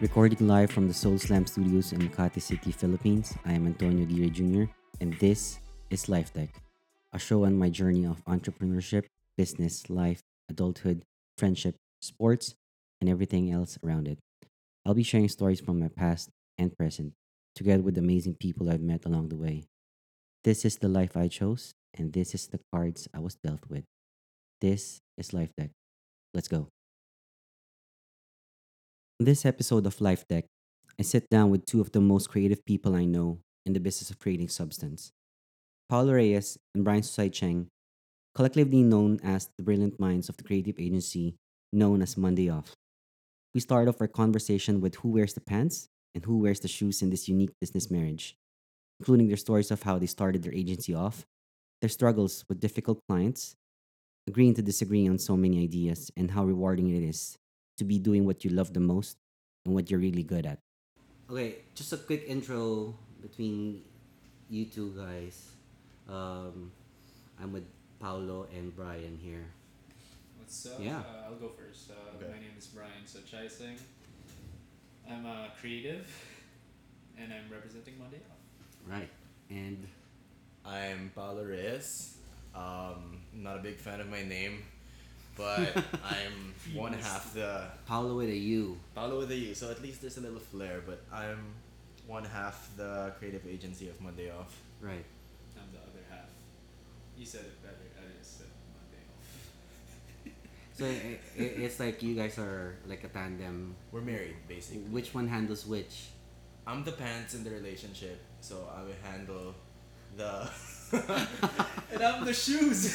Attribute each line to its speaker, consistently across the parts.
Speaker 1: Recording live from the Soul Slam Studios in Makati City, Philippines, I am Antonio Guire Jr., and this is Life Tech, a show on my journey of entrepreneurship, business, life, adulthood, friendship, sports, and everything else around it. I'll be sharing stories from my past and present, together with amazing people I've met along the way. This is the life I chose, and this is the cards I was dealt with. This is Life Deck. Let's go. In this episode of Life Deck, I sit down with two of the most creative people I know in the business of creating substance. Paulo Reyes and Brian Susai Cheng, collectively known as the brilliant minds of the creative agency known as Monday Off. We start off our conversation with who wears the pants and who wears the shoes in this unique business marriage, including their stories of how they started their agency off, their struggles with difficult clients, agreeing to disagree on so many ideas, and how rewarding it is to be doing what you love the most and what you're really good at. Okay, just a quick intro between you two guys. Um, I'm with Paolo and Brian here.
Speaker 2: What's up?
Speaker 1: Yeah.
Speaker 2: Uh, I'll go first. Uh,
Speaker 3: Okay.
Speaker 2: My name is Brian Sochai Singh. I'm a creative, and I'm representing Monday Off.
Speaker 1: Right. And
Speaker 3: I'm Paolo Reyes. Um, not a big fan of my name, but I'm one half the
Speaker 1: Paolo with a U.
Speaker 3: Paolo with a U, so at least there's a little flair. But I'm one half the creative agency of Monday Off.
Speaker 1: Right.
Speaker 2: I'm the other half. You said it better. I just said Monday Off.
Speaker 1: So i i it's like you guys are like a tandem.
Speaker 3: We're married, basically.
Speaker 1: Which one handles which?
Speaker 3: I'm the pants in the relationship, so I will handle the.
Speaker 2: and I'm the shoes.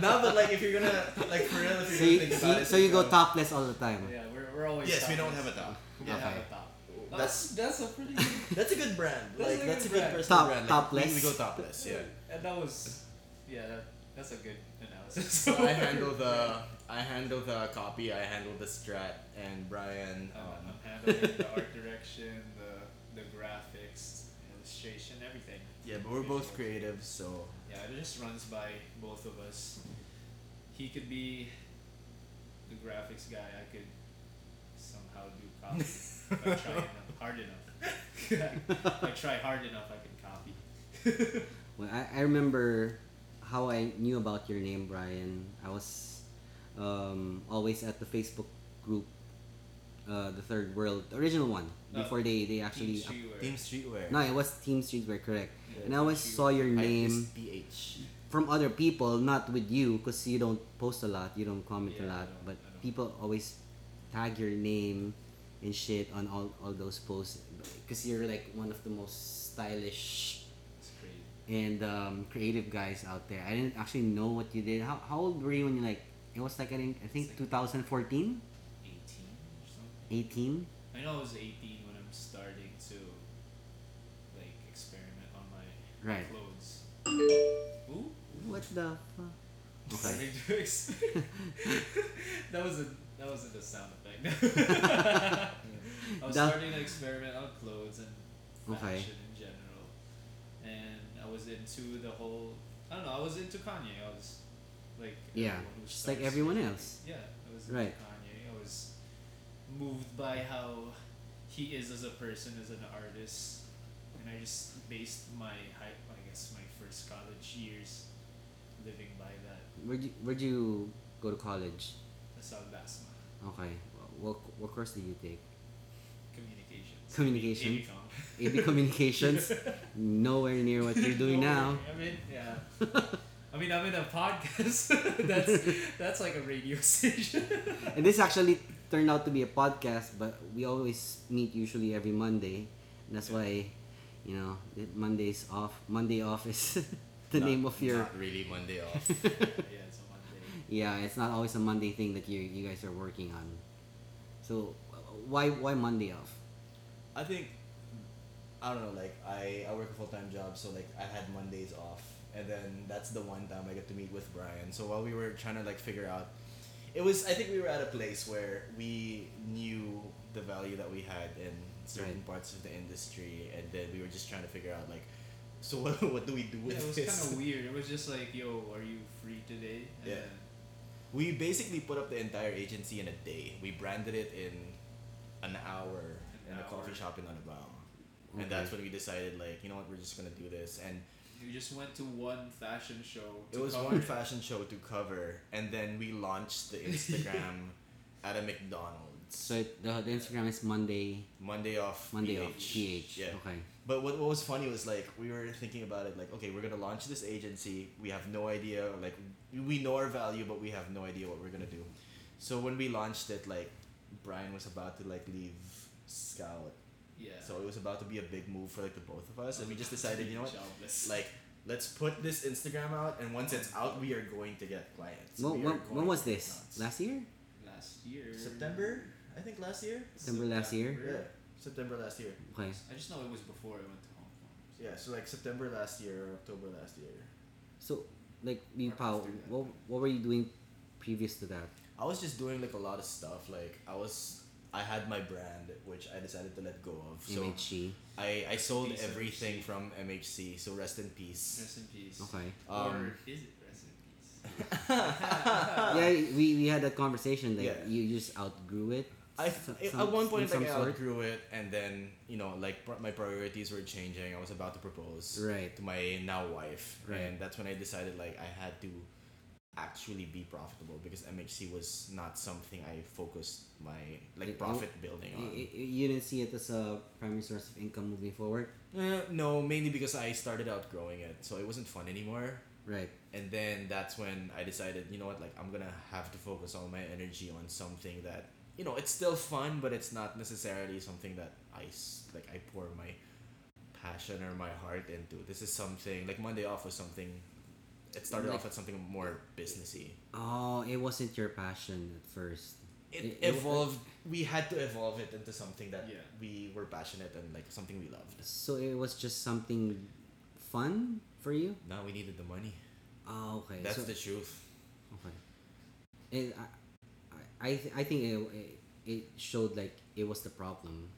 Speaker 3: no, but like if you're gonna like for real, if
Speaker 1: So
Speaker 3: you're
Speaker 1: you,
Speaker 3: gonna think
Speaker 1: so
Speaker 3: about
Speaker 1: you-
Speaker 3: it,
Speaker 1: so you go topless all the time.
Speaker 2: yeah, we're, we're always.
Speaker 3: Yes, we don't
Speaker 2: topless.
Speaker 3: have a top.
Speaker 2: We don't have
Speaker 1: Okay.
Speaker 2: a top.
Speaker 3: That's-
Speaker 2: That's that's a pretty. Good,
Speaker 3: That's a good brand.
Speaker 2: That's
Speaker 3: like
Speaker 2: a
Speaker 3: that's a
Speaker 2: good
Speaker 3: good
Speaker 2: brand.
Speaker 3: personal
Speaker 1: Top-
Speaker 3: brand. Like,
Speaker 1: topless.
Speaker 3: We, we go topless. Yeah.
Speaker 2: And that was, yeah, that, that's a good analysis.
Speaker 3: So I handle the I handle the copy, I handle the strat, and Brian.
Speaker 2: Um,
Speaker 3: Um,
Speaker 2: I'm handling the art direction, the the graphics, illustration, everything.
Speaker 3: yeah, but we're both creative, so
Speaker 2: Yeah, it just runs by both of us. He could be the graphics guy. I could somehow do copy if I try enough, hard enough. if I try hard enough, I can copy.
Speaker 1: Well, I, I remember how I knew about your name, Brian. I was um, always at the Facebook group, uh, the Third World, the original one,
Speaker 2: No,
Speaker 1: before they, they actually.
Speaker 2: Teach you where-
Speaker 3: Team Streetwear.
Speaker 1: no, it was Team Streetwear, correct. and
Speaker 2: Yeah,
Speaker 1: I always
Speaker 2: Team
Speaker 1: saw your name
Speaker 3: ISPH.
Speaker 1: from other people, not with you, because you don't post a lot, you don't comment a
Speaker 2: Yeah, I
Speaker 1: lot,
Speaker 2: don't-
Speaker 1: but
Speaker 2: I don't.
Speaker 1: people always tag your name and shit on all, all those posts because you're like one of the most stylish
Speaker 2: It's crazy.
Speaker 1: and um, creative guys out there. I didn't actually know what you did. How, how old were you when you like? It was like I think I think 2014,
Speaker 2: Eighteen or something.
Speaker 1: 18.
Speaker 2: I know I was 18 when I'm starting to like experiment on my
Speaker 1: Right.
Speaker 2: clothes. Ooh,
Speaker 1: What the? Fuck? Okay.
Speaker 2: starting to experiment. that was a that wasn't a sound effect. I was
Speaker 1: That-
Speaker 2: starting to experiment on clothes and
Speaker 1: Okay.
Speaker 2: fashion in general, and I was into the whole. I don't know. I was into Kanye. I was like
Speaker 1: Yeah,
Speaker 2: everyone who
Speaker 1: just like
Speaker 2: starts-
Speaker 1: everyone else.
Speaker 2: yeah, I was into
Speaker 1: Right.
Speaker 2: Kanye. I was moved by how he is as a person, as an artist, and I just based my hype, I guess, my first college years living by that.
Speaker 1: Where'd you, where'd you go to college?
Speaker 2: That's how that's my
Speaker 1: Okay. What what course did you take?
Speaker 2: communications.
Speaker 1: Communication.
Speaker 2: Avicom.
Speaker 1: AB Communications. Nowhere near what you're doing
Speaker 2: No
Speaker 1: now.
Speaker 2: worry. Oh, I mean, yeah. I mean, I'm in a podcast. that's that's like a radio station.
Speaker 1: And this actually turned out to be a podcast, but we always meet usually every Monday. And that's why, you know, that Monday's off. Monday off is the
Speaker 3: Not-
Speaker 1: name of your.
Speaker 3: Not really Monday off.
Speaker 2: yeah, it's a Monday.
Speaker 1: Yeah, it's not always a Monday thing that you you guys are working on. So uh, why why Monday off?
Speaker 3: I think I don't know. Like I, I work a full time job, so like I had Mondays off, and then that's the one time I get to meet with Brian. So while we were trying to like figure out, it was I think we were at a place where we knew the value that we had in certain
Speaker 1: Right.
Speaker 3: parts of the industry, and then we were just trying to figure out like, so what, what do we do
Speaker 2: Yeah,
Speaker 3: with
Speaker 2: it was
Speaker 3: this?
Speaker 2: kind of weird. It was just like, yo, are you free today? And
Speaker 3: Yeah.
Speaker 2: Then,
Speaker 3: We basically put up the entire agency in a day. We branded it in an hour
Speaker 2: An
Speaker 3: in a coffee
Speaker 2: hour.
Speaker 3: shop in Anabao.
Speaker 1: Okay.
Speaker 3: And that's when we decided, like, you know what, we're just gonna do this. And
Speaker 2: You just went to one fashion show.
Speaker 3: it
Speaker 2: to
Speaker 3: was
Speaker 2: cover
Speaker 3: one
Speaker 2: it.
Speaker 3: fashion show to cover, and then we launched the Instagram at a McDonald's.
Speaker 1: So it, the, the Instagram is Monday
Speaker 3: Monday off.
Speaker 1: Monday
Speaker 3: PH.
Speaker 1: of PH.
Speaker 3: Yeah.
Speaker 1: Okay.
Speaker 3: But what, what was funny was like we were thinking about it like okay we're gonna launch this agency we have no idea like we know our value but we have no idea what we're gonna do, so when we launched it like Brian was about to like leave Scout
Speaker 2: Yeah.
Speaker 3: so it was about to be a big move for like the both of us and we just decided you know what
Speaker 2: Jobless.
Speaker 3: like let's put this Instagram out and once it's out we are going to get clients.
Speaker 1: When,
Speaker 3: We are
Speaker 1: when, when
Speaker 3: going
Speaker 1: was
Speaker 3: to get
Speaker 1: this?
Speaker 3: nuts.
Speaker 1: Last year?
Speaker 2: last year.
Speaker 3: September I think last year
Speaker 1: September last year?
Speaker 3: yeah September last year
Speaker 1: Okay.
Speaker 2: I just know it was before I went to Hong Kong.
Speaker 3: yeah so like September last year or October last year.
Speaker 1: So, like, me,
Speaker 2: Or
Speaker 1: Pao,
Speaker 2: after that.
Speaker 1: what, what were you doing previous to that?
Speaker 3: I was just doing like a lot of stuff. Like I was, I had my brand, which I decided to let go of. So
Speaker 1: MHC.
Speaker 3: I I sold
Speaker 2: Peace,
Speaker 3: everything
Speaker 2: MHC.
Speaker 3: from MHC. So rest in peace.
Speaker 2: Rest in peace.
Speaker 1: Okay.
Speaker 3: Um,
Speaker 2: or is it rest in peace?
Speaker 1: yeah, we, we had that conversation. Like,
Speaker 3: Ah. Yeah.
Speaker 1: you you just outgrew it.
Speaker 3: I,
Speaker 1: so-
Speaker 3: I-
Speaker 1: some-
Speaker 3: at one
Speaker 1: in
Speaker 3: point like uh, I
Speaker 1: some sort?
Speaker 3: outgrew it, and then you know like pr- my priorities were changing. I was about to propose
Speaker 1: Right.
Speaker 3: to my now wife,
Speaker 1: Right.
Speaker 3: and that's when I decided like I had to actually be profitable because MHC was not something I focused my
Speaker 1: You- you-
Speaker 3: like profit building
Speaker 1: Y-
Speaker 3: on.
Speaker 1: y- You didn't see it as a primary source of income moving forward?
Speaker 3: Uh, no, mainly because I started outgrowing it, so it wasn't fun anymore.
Speaker 1: Right.
Speaker 3: And then that's when I decided, you know what, like I'm gonna have to focus all my energy on something that, you know, it's still fun, but it's not necessarily something that I s- like I pour my passion or my heart into. This is something like Monday off was something. It started
Speaker 1: Like-
Speaker 3: off as something more businessy.
Speaker 1: Oh, it wasn't your passion at first.
Speaker 3: It,
Speaker 1: It- it-
Speaker 3: evolved. we had to evolve it into something that
Speaker 2: Yeah.
Speaker 3: we were passionate and like something we loved.
Speaker 1: So it was just something fun for you?
Speaker 3: Now we needed the money.
Speaker 1: Oh, okay.
Speaker 3: That's
Speaker 1: so,
Speaker 3: the truth.
Speaker 1: okay. And I, I, I, th- I think it, it- it showed like it was the problem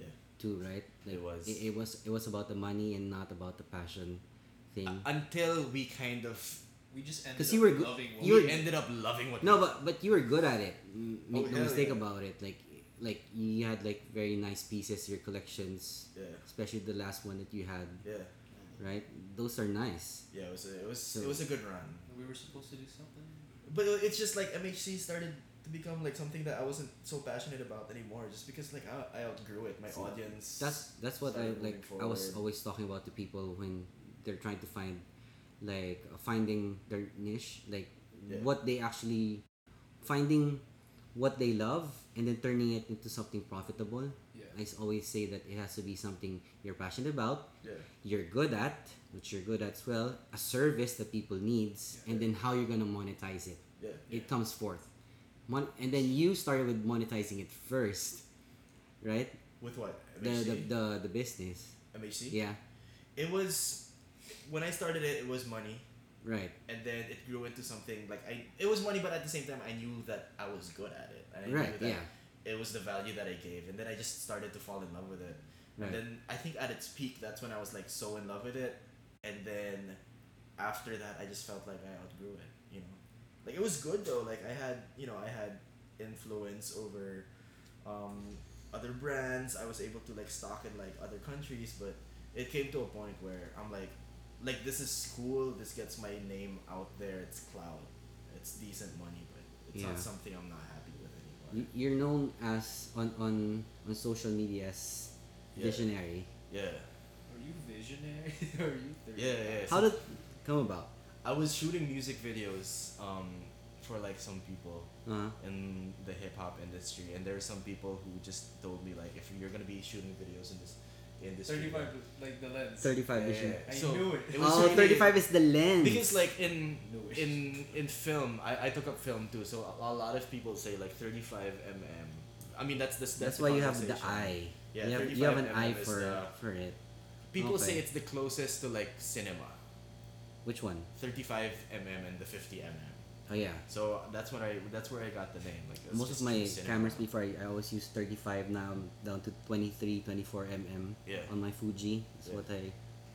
Speaker 3: Yeah.
Speaker 1: too, right? Like,
Speaker 3: It was.
Speaker 1: It, it was. It was about the money and not about the passion thing.
Speaker 3: until we kind of
Speaker 2: We just ended
Speaker 1: 'Cause
Speaker 2: up
Speaker 1: you were go-
Speaker 2: loving what
Speaker 1: you were-
Speaker 2: we did.
Speaker 3: ended up loving what
Speaker 1: no,
Speaker 3: we-
Speaker 1: but but you were good at it. M-
Speaker 3: Oh,
Speaker 1: Make no
Speaker 3: hell
Speaker 1: mistake
Speaker 3: yeah.
Speaker 1: about it. Like like you had like very nice pieces, your collections,
Speaker 3: yeah
Speaker 1: especially the last one that you had,
Speaker 3: yeah
Speaker 1: right? Those are nice.
Speaker 3: yeah it was a, it was
Speaker 1: So-
Speaker 3: it was a good run
Speaker 2: We were supposed to do something.
Speaker 3: but it's just like MHC started to become like something that I wasn't so passionate about anymore just because like I, I outgrew it my
Speaker 1: So
Speaker 3: audience
Speaker 1: That's that's what I
Speaker 3: started
Speaker 1: like.
Speaker 3: moving
Speaker 1: I was
Speaker 3: forward.
Speaker 1: always talking about to people when they're trying to find, like, finding their niche, like
Speaker 3: Yeah.
Speaker 1: what they actually finding what they love and then turning it into something profitable.
Speaker 2: Yeah.
Speaker 1: I s- always say that it has to be something you're passionate about,
Speaker 3: yeah
Speaker 1: you're good at, which you're good at as well, a service that people needs,
Speaker 3: Yeah.
Speaker 1: and then how you're gonna monetize it.
Speaker 3: yeah
Speaker 2: Yeah.
Speaker 1: It comes forth, Mon- and then you started with monetizing it first, right?
Speaker 3: with what
Speaker 1: the,
Speaker 3: MHC
Speaker 1: the, the, the business.
Speaker 3: MHC
Speaker 1: Yeah,
Speaker 3: it was when I started it it was money
Speaker 1: right.
Speaker 3: and then it grew into something like I it was money but at the same time I knew that I was good at it and I
Speaker 1: Right,
Speaker 3: knew that
Speaker 1: yeah.
Speaker 3: it was the value that I gave and then I just started to fall in love with it
Speaker 1: Right.
Speaker 3: And then I think at its peak, that's when I was like so in love with it. And then after that, I just felt like I outgrew it. You know, like it was good though. Like I had, you know, I had influence over um, other brands. I was able to like stock in like other countries, but it came to a point where I'm like, like this is cool. This gets my name out there. It's cloud. It's decent money, but it's
Speaker 1: Yeah.
Speaker 3: not something I'm not happy with
Speaker 1: Y-
Speaker 3: anymore.
Speaker 1: You're known as on on, on social media as
Speaker 3: Yeah.
Speaker 1: visionary.
Speaker 3: Yeah.
Speaker 2: Are you visionary? Are you thirsty?
Speaker 3: Yeah, yeah, yeah.
Speaker 1: How did come about?
Speaker 3: I was shooting music videos um, for like some people
Speaker 1: Uh,
Speaker 3: in the hip hop industry, and there are some people who just told me like, if you're gonna be shooting videos in this industry,
Speaker 2: Thirty-five, like the lens.
Speaker 1: 35 vision.
Speaker 2: I
Speaker 3: yeah. so
Speaker 2: knew it.
Speaker 3: was
Speaker 1: Oh,
Speaker 3: really-
Speaker 1: 35 is the lens.
Speaker 3: Because like in
Speaker 2: No way.
Speaker 3: in in film, I, I took up film too, so a, a lot of people say like thirty five mm. I mean that's this.
Speaker 1: that's
Speaker 3: the
Speaker 1: why you have the eye.
Speaker 3: conversation. Yeah,
Speaker 1: you have, you have
Speaker 3: 35
Speaker 1: an eye
Speaker 3: mm is
Speaker 1: for
Speaker 3: the-
Speaker 1: for it.
Speaker 3: People
Speaker 1: Okay.
Speaker 3: say it's the closest to like cinema,
Speaker 1: Which one?
Speaker 3: thirty five mm and the fifty mm.
Speaker 1: Oh yeah.
Speaker 3: So that's when I that's where I got the name. Like it's
Speaker 1: Most
Speaker 3: just
Speaker 1: of my
Speaker 3: cinema.
Speaker 1: cameras before I, I always use 35 now I'm down to 23 24 mm
Speaker 3: Yeah.
Speaker 1: on my Fuji. That's
Speaker 3: Yeah.
Speaker 1: what I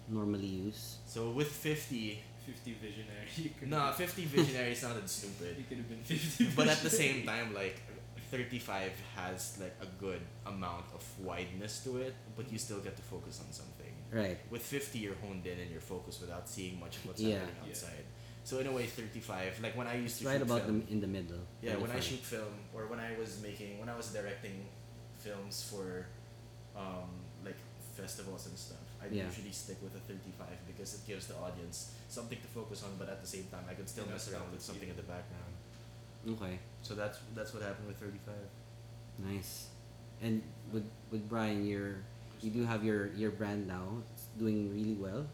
Speaker 1: normally use.
Speaker 3: So with fifty,
Speaker 2: Fifty visionary. You could
Speaker 3: Nah, 50 visionary sounded stupid.
Speaker 2: You could have been fifty.
Speaker 3: But at
Speaker 2: visionary.
Speaker 3: the same time, like, 35 has like a good amount of wideness to it, but you still get to focus on something.
Speaker 1: Right.
Speaker 3: With 50, you're honed in and you're focused without seeing much of what's
Speaker 1: Yeah.
Speaker 3: happening
Speaker 2: Yeah.
Speaker 3: outside. So in a way, 35, like when I used
Speaker 1: It's
Speaker 3: to
Speaker 1: right
Speaker 3: shoot
Speaker 1: about
Speaker 3: film,
Speaker 1: the in the middle.
Speaker 3: yeah, when
Speaker 1: 25.
Speaker 3: I shoot film or when I was making when I was directing films for um, like festivals and stuff, I
Speaker 1: Yeah.
Speaker 3: usually stick with a thirty-five because it gives the audience something to focus on, but at the same time, I can still
Speaker 2: Yeah,
Speaker 3: mess
Speaker 2: that's
Speaker 3: around
Speaker 2: right.
Speaker 3: with something in the background.
Speaker 1: Okay,
Speaker 3: So that's that's what happened with thirty-five.
Speaker 1: nice. And with with Brian, you're you do have your your brand now. It's doing really well.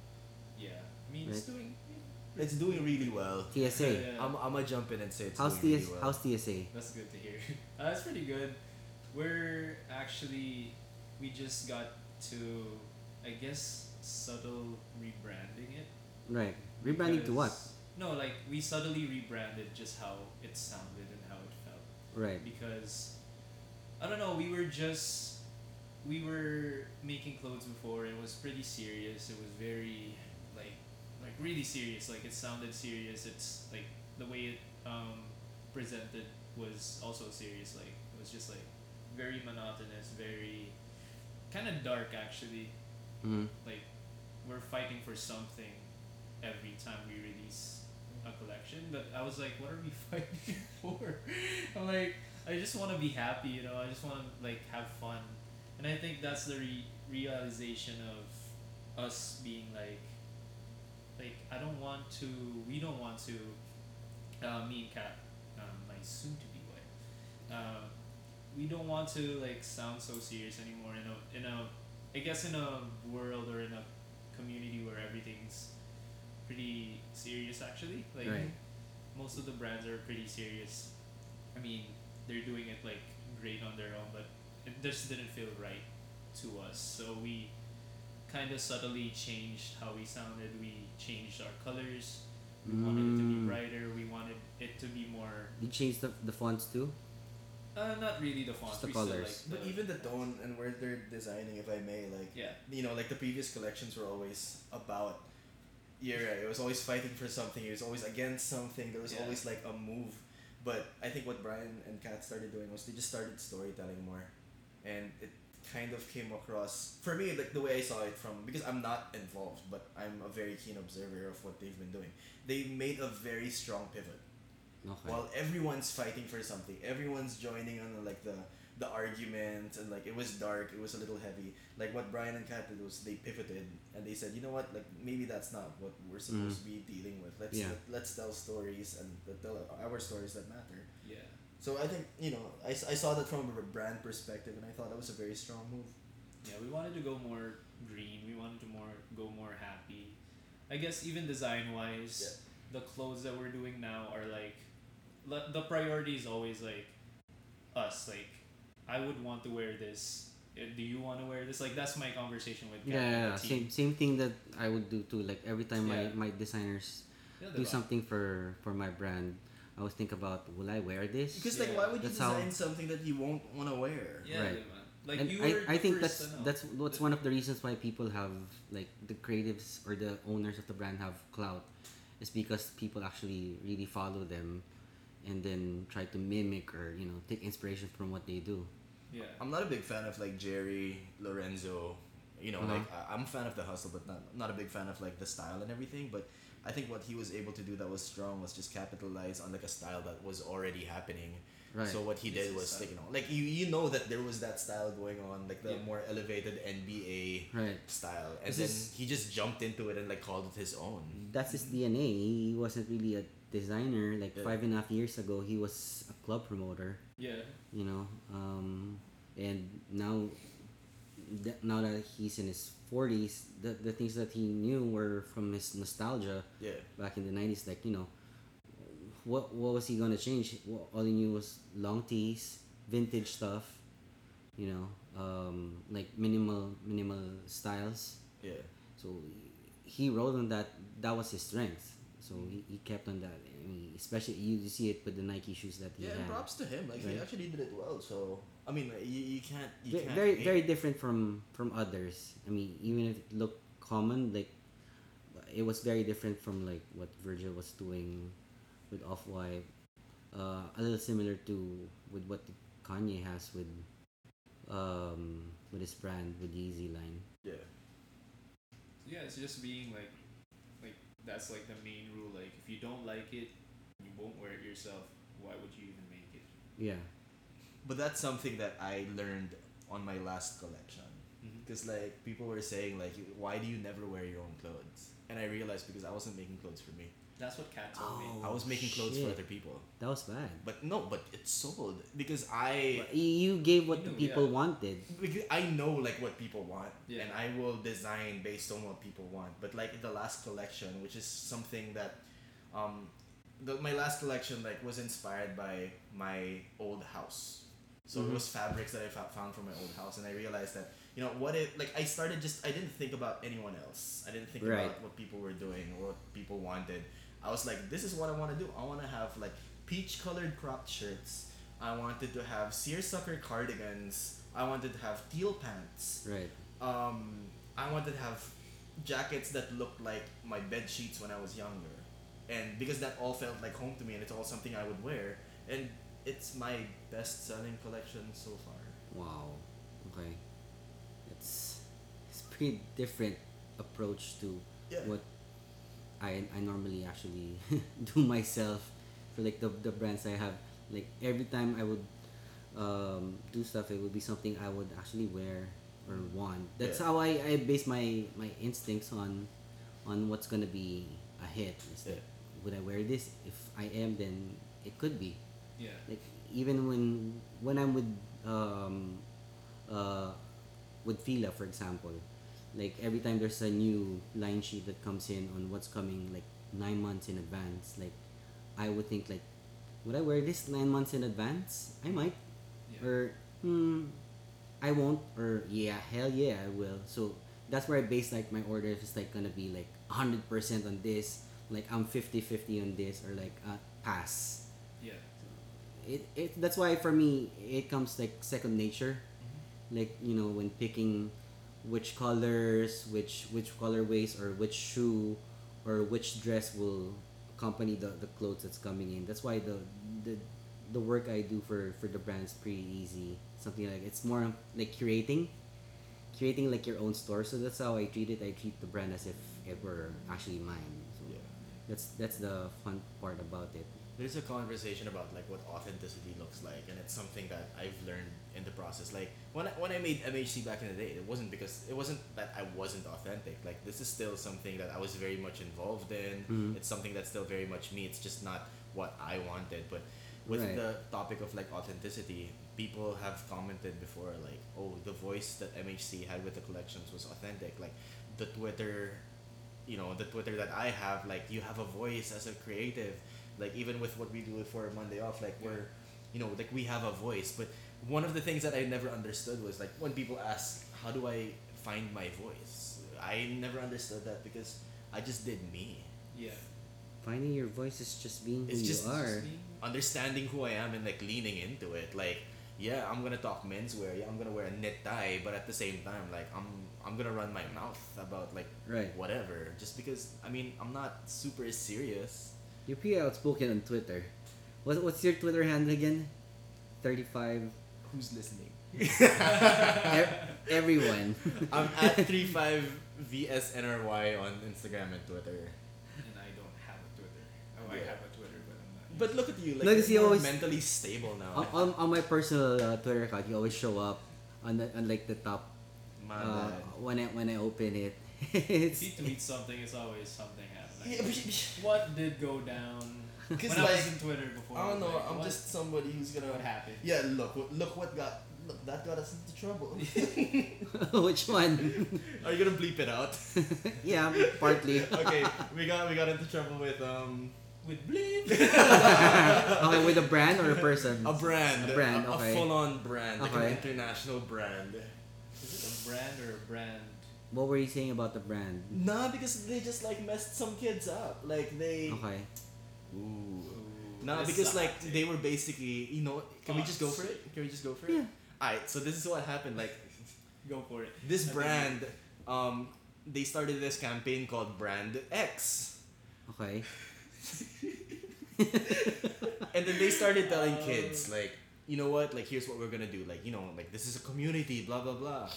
Speaker 2: Yeah. I mean, it's
Speaker 1: Right.
Speaker 2: doing.
Speaker 3: It's doing really well.
Speaker 1: TSA.
Speaker 2: Yeah.
Speaker 3: I'm I'm gonna jump in and say it's
Speaker 1: How's TSA?
Speaker 3: doing really well.
Speaker 1: How's TSA?
Speaker 2: That's good to hear. Uh, that's pretty good. We're actually, we just got to, I guess, subtle rebranding it.
Speaker 1: Right. Rebranding to what?
Speaker 2: because- No, like we subtly rebranded just how it sounded and how it felt
Speaker 1: Right.
Speaker 2: because, I don't know. We were just, we were making clothes before. It was pretty serious. It was very, like, like really serious. Like it sounded serious. It's like the way it um, presented was also serious. Like it was just like very monotonous, very kind of dark actually
Speaker 1: hmm
Speaker 2: like we're fighting for something every time we release a collection but i was like what are we fighting for i'm like i just want to be happy you know i just want to like have fun and i think that's the re- realization of us being like like i don't want to we don't want to uh, me and kat um, my soon to be wife um, we don't want to like sound so serious anymore in a in a I guess in a world or in a community where everything's pretty serious actually like
Speaker 1: Right.
Speaker 2: most of the brands are pretty serious I mean they're doing it like great on their own but it just didn't feel right to us so we kind of subtly changed how we sounded we changed our colors we wanted it to be
Speaker 1: Mm.
Speaker 2: brighter we wanted it to be more
Speaker 1: You changed the, the fonts too.
Speaker 2: uh, not really the font
Speaker 1: Just the
Speaker 2: we still
Speaker 1: colors.
Speaker 2: like
Speaker 3: But even the tone and where they're designing, if I may, like
Speaker 2: yeah
Speaker 3: you know, like the previous collections were always about. Yeah, right. It was always fighting for something. It was always against something. There was
Speaker 2: Yeah.
Speaker 3: always like a move. But I think what Brian and Kat started doing was they just started storytelling more, and it kind of came across for me like the way I saw it from because I'm not involved, but I'm a very keen observer of what they've been doing. They made a very strong pivot
Speaker 1: Okay.
Speaker 3: while everyone's fighting for something everyone's joining on like the the argument and like it was dark it was a little heavy like what brian and kat did was they pivoted and they said you know what like maybe that's not what we're supposed to be dealing with let's
Speaker 1: Mm. Yeah.
Speaker 3: let, us tell stories and let tell our stories that matter
Speaker 2: yeah
Speaker 3: so i think you know I, s- I saw that from a brand perspective and i thought that was a very strong move
Speaker 2: Yeah, we wanted to go more green. We wanted to more go more happy. I guess even design wise, the clothes that we're doing now are like, le- the priority is always like, us. Like, I would want to wear this. Uh, Do you want to wear this? Like that's my conversation with Kat
Speaker 1: yeah,
Speaker 2: and
Speaker 1: yeah,
Speaker 2: the
Speaker 1: yeah. same
Speaker 2: team.
Speaker 1: same thing that I would do too. Like every time
Speaker 2: Yeah.
Speaker 1: my my designers
Speaker 2: Yeah,
Speaker 1: do
Speaker 2: diba?
Speaker 1: something for for my brand, I always think about will I wear this?
Speaker 3: because like
Speaker 2: Yeah.
Speaker 3: why would you
Speaker 1: That's how-
Speaker 3: design something that you won't want to wear
Speaker 2: Yeah,
Speaker 1: Right.
Speaker 2: diba? Like
Speaker 1: and
Speaker 2: you were
Speaker 1: I, I
Speaker 2: the
Speaker 1: think
Speaker 2: first
Speaker 1: that's
Speaker 2: to know.
Speaker 1: that's what's one of the reasons why people have like the creatives or the owners of the brand have clout, is because people actually really follow them, and then try to mimic or you know take inspiration from what they do.
Speaker 2: yeah.
Speaker 3: I'm not a big fan of like Jerry Lorenzo. You know,
Speaker 1: Uh-huh.
Speaker 3: like I, I'm a fan of the hustle, but not not a big fan of like the style and everything. But I think what he was able to do that was strong was just capitalize on like a style that was already happening.
Speaker 1: Right.
Speaker 3: So what he
Speaker 2: It's
Speaker 3: did
Speaker 2: his
Speaker 3: was
Speaker 2: style.
Speaker 3: like you know, like you you know that there was that style going on, like the
Speaker 2: Yeah.
Speaker 3: more elevated NBA
Speaker 1: right.
Speaker 3: style, and
Speaker 1: This
Speaker 3: then
Speaker 1: is-
Speaker 3: he just jumped into it and like called it his own.
Speaker 1: That's his DNA. He wasn't really a designer. Like
Speaker 3: Yeah.
Speaker 1: five and a half years ago, he was a club promoter.
Speaker 2: yeah.
Speaker 1: you know um, and now th- now that he's in his 40s the, the things that he knew were from his nostalgia
Speaker 3: Yeah.
Speaker 1: back in the 90s like you know what what was he gonna change Wha- all he knew was long tees vintage stuff you know um, like minimal minimal styles
Speaker 3: Yeah.
Speaker 1: so he rode on that. That was his strength. So he, he kept on that. I mean, especially you, you see it with the Nike shoes that he
Speaker 3: Yeah,
Speaker 1: had.
Speaker 3: and props to him. Like he
Speaker 1: Right.
Speaker 3: actually did it well. So I mean, like, you, you can't you
Speaker 1: Ve-
Speaker 3: can't
Speaker 1: very
Speaker 3: hate.
Speaker 1: very different from from others. I mean, even if it looked common, like it was very different from like what Virgil was doing with Off White. Uh, a little similar to with what Kanye has with um with his brand with Yeezy line.
Speaker 3: Yeah.
Speaker 2: Yeah, it's just being like, like that's like the main rule. Like, if you don't like it, you won't wear it yourself. Why would you even make it?
Speaker 1: Yeah.
Speaker 3: But that's something that I learned on my last collection. Because like people were saying like, why do you never wear your own clothes? And I realized because I wasn't making clothes for me.
Speaker 2: That's what Kat told me.
Speaker 1: Oh.
Speaker 3: I was making clothes for
Speaker 1: shit.
Speaker 3: other people.
Speaker 1: That was bad.
Speaker 3: But no, but it sold because I
Speaker 1: But you gave what the
Speaker 2: You know,
Speaker 1: people
Speaker 2: yeah.
Speaker 1: wanted.
Speaker 3: because I know like what people want,
Speaker 2: Yeah.
Speaker 3: and I will design based on what people want. But like the last collection, which is something that, um, the, my last collection like was inspired by my old house. So
Speaker 1: Mhm.
Speaker 3: it was fabrics that I fo- found from my old house, and I realized that you know what if like I started just I didn't think about anyone else. I didn't think
Speaker 1: Right.
Speaker 3: about what people were doing or what people wanted. I was like, this is what I want to do. I want to have like peach colored cropped shirts. I wanted to have seersucker cardigans. I wanted to have teal pants.
Speaker 1: Right.
Speaker 3: Um, I wanted to have jackets that looked like my bed sheets when I was younger, and because that all felt like home to me, and it's all something I would wear, and it's my best selling collection so far.
Speaker 1: Wow. Okay. It's it's pretty different approach to
Speaker 3: Yeah.
Speaker 1: what I I normally actually do myself for like the the brands I have. Like every time I would um, do stuff, it would be something I would actually wear or want. That's
Speaker 3: Yeah.
Speaker 1: how I, I base my my instincts on on what's gonna be a hit. It's like, would I wear this? If I am, then it could be
Speaker 2: Yeah.
Speaker 1: like even when when I'm with um uh with Fila for example like every time there's a new line sheet that comes in on what's coming like nine months in advance like I would think like would I wear this nine months in advance I might
Speaker 2: Yeah.
Speaker 1: or hmm I won't or yeah hell yeah I will so that's where I base like my order if it's like gonna be like 100% on this like I'm 50-50 on this or like uh, pass
Speaker 2: yeah.
Speaker 1: it, it that's why for me it comes like second nature like you know when picking which colors which which colorways or which shoe or which dress will accompany the, the clothes that's coming in that's why the the the work i do for for the brand is pretty easy something like it's more like curating creating like your own store so that's how i treat it i treat the brand as if it were actually mine so
Speaker 3: Yeah.
Speaker 1: that's that's the fun part about it
Speaker 3: there's a conversation about like what authenticity looks like and it's something that i've learned in the process like when I, when I made mhc back in the day it wasn't because it wasn't that i wasn't authentic like this is still something that i was very much involved in
Speaker 1: Mhm.
Speaker 3: it's something that's still very much me it's just not what i wanted but with
Speaker 1: Right.
Speaker 3: the topic of like authenticity people have commented before like oh the voice that mhc had with the collections was authentic like the twitter you know the twitter that i have like you have a voice as a creative like even with what we do for monday off like we're you know like we have a voice but one of the things that i never understood was like when people ask how do i find my voice i never understood that because i just did me
Speaker 2: Yeah.
Speaker 1: finding your voice is just being who
Speaker 3: It's just-
Speaker 1: you are
Speaker 2: Just being-
Speaker 3: understanding who I am and like leaning into it. Like, yeah, I'm gonna talk menswear. Yeah, I'm gonna wear a knit tie, but at the same time, like, I'm I'm gonna run my mouth about like
Speaker 1: right
Speaker 3: whatever. Just because I mean, I'm not super serious.
Speaker 1: You're pretty outspoken on Twitter. What, what's your Twitter handle again? 35.
Speaker 3: Who's listening?
Speaker 1: E- everyone.
Speaker 3: I'm at three five vsnry on Instagram and Twitter.
Speaker 2: and I don't have a Twitter. Oh, I
Speaker 3: Yeah.
Speaker 2: have a Twitter, but I'm not.
Speaker 3: But look at you, like
Speaker 1: No, 'cause
Speaker 3: you're
Speaker 1: you always-
Speaker 3: mentally stable now.
Speaker 1: on, on, on my personal uh, Twitter account, you always show up on, the, on like the top
Speaker 3: My
Speaker 1: uh,
Speaker 3: bad.
Speaker 1: when I when I open it. it's,
Speaker 2: If he tweets something, it's always something happening.
Speaker 3: Yeah, but-
Speaker 2: what did go down? When
Speaker 3: 'Cause,
Speaker 2: I was
Speaker 3: like,
Speaker 2: in Twitter before,
Speaker 3: I
Speaker 2: was
Speaker 3: don't know.
Speaker 2: like,
Speaker 3: I'm
Speaker 2: what-
Speaker 3: just somebody who's gonna
Speaker 2: what happened.
Speaker 3: Yeah, look, wh- look what got look that got us into trouble.
Speaker 1: which one?
Speaker 3: Are you gonna bleep it out?
Speaker 1: yeah, partly.
Speaker 3: okay, we got we got into trouble with um
Speaker 2: With bleep.
Speaker 1: okay, Oh, with a brand or a person?
Speaker 3: a brand,
Speaker 1: A brand,
Speaker 3: a,
Speaker 1: okay.
Speaker 3: full on brand, like an
Speaker 1: Okay.
Speaker 3: international brand.
Speaker 2: Is it a brand or a brand?
Speaker 1: What were you saying about the brand?
Speaker 3: Nah, because they just like messed some kids up. Like they.
Speaker 1: Okay.
Speaker 2: Ooh,
Speaker 3: Ooh. Nah,
Speaker 2: this
Speaker 3: because
Speaker 2: is
Speaker 3: like
Speaker 2: hot
Speaker 3: they
Speaker 2: take.
Speaker 3: were basically, you know, can we just go for
Speaker 2: Thoughts?
Speaker 3: it? Can we just go for it?
Speaker 1: Yeah.
Speaker 3: Alright, so this is what happened. Like
Speaker 2: go for it.
Speaker 3: this
Speaker 2: I think-
Speaker 3: brand, um, they started this campaign called Brand X.
Speaker 1: Okay.
Speaker 3: And then they started telling
Speaker 2: Um,
Speaker 3: kids like, you know what? Like, here's what we're gonna do. Like, you know, like this is a community. Blah blah blah.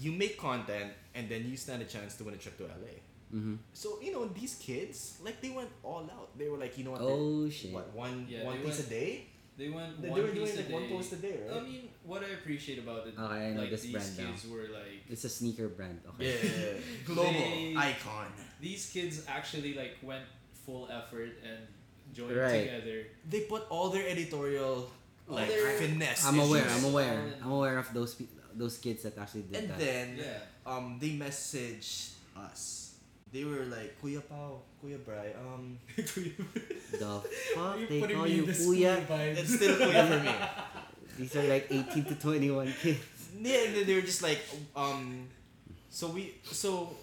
Speaker 3: You make content, and then you stand a chance to win a trip to LA.
Speaker 1: Mm-hmm.
Speaker 3: So you know these kids, like they went all out. They were like, you know what?
Speaker 1: Oh
Speaker 3: they're-
Speaker 1: shit.
Speaker 3: What one
Speaker 2: Yeah,
Speaker 3: one
Speaker 2: they
Speaker 3: piece
Speaker 2: went-
Speaker 3: a day?
Speaker 2: They went
Speaker 3: They, they
Speaker 2: one
Speaker 3: were
Speaker 2: piece a
Speaker 3: doing like
Speaker 2: day.
Speaker 3: one post a day,
Speaker 2: I
Speaker 3: right?
Speaker 2: mean, what I appreciate about it,
Speaker 1: Okay, I know
Speaker 2: like
Speaker 1: this
Speaker 2: these
Speaker 1: brand now.
Speaker 2: kids were like
Speaker 1: It's a sneaker brand.
Speaker 3: Yeah,
Speaker 1: Okay.
Speaker 3: global
Speaker 2: They-
Speaker 3: icon.
Speaker 2: these kids actually like went full effort and joined
Speaker 1: Right.
Speaker 2: together.
Speaker 3: They put all their editorial
Speaker 2: All
Speaker 3: like
Speaker 2: their-
Speaker 3: finesse.
Speaker 1: I'm aware.
Speaker 3: issues.
Speaker 1: I'm aware. I'm aware of those pe- those kids that actually did
Speaker 3: And
Speaker 1: that.
Speaker 3: then
Speaker 2: Yeah.
Speaker 3: um, they messaged us. They were like, Kuya Pao, Kuya Bri, um,
Speaker 1: the fuck
Speaker 2: You're
Speaker 1: they
Speaker 2: putting
Speaker 1: call
Speaker 2: me in
Speaker 1: you
Speaker 2: the
Speaker 1: kuya?
Speaker 2: school vibes.
Speaker 3: it's still Kuya for me.
Speaker 1: These are like 18 to 21 kids.
Speaker 3: Yeah, and then they were just like, um, so we, so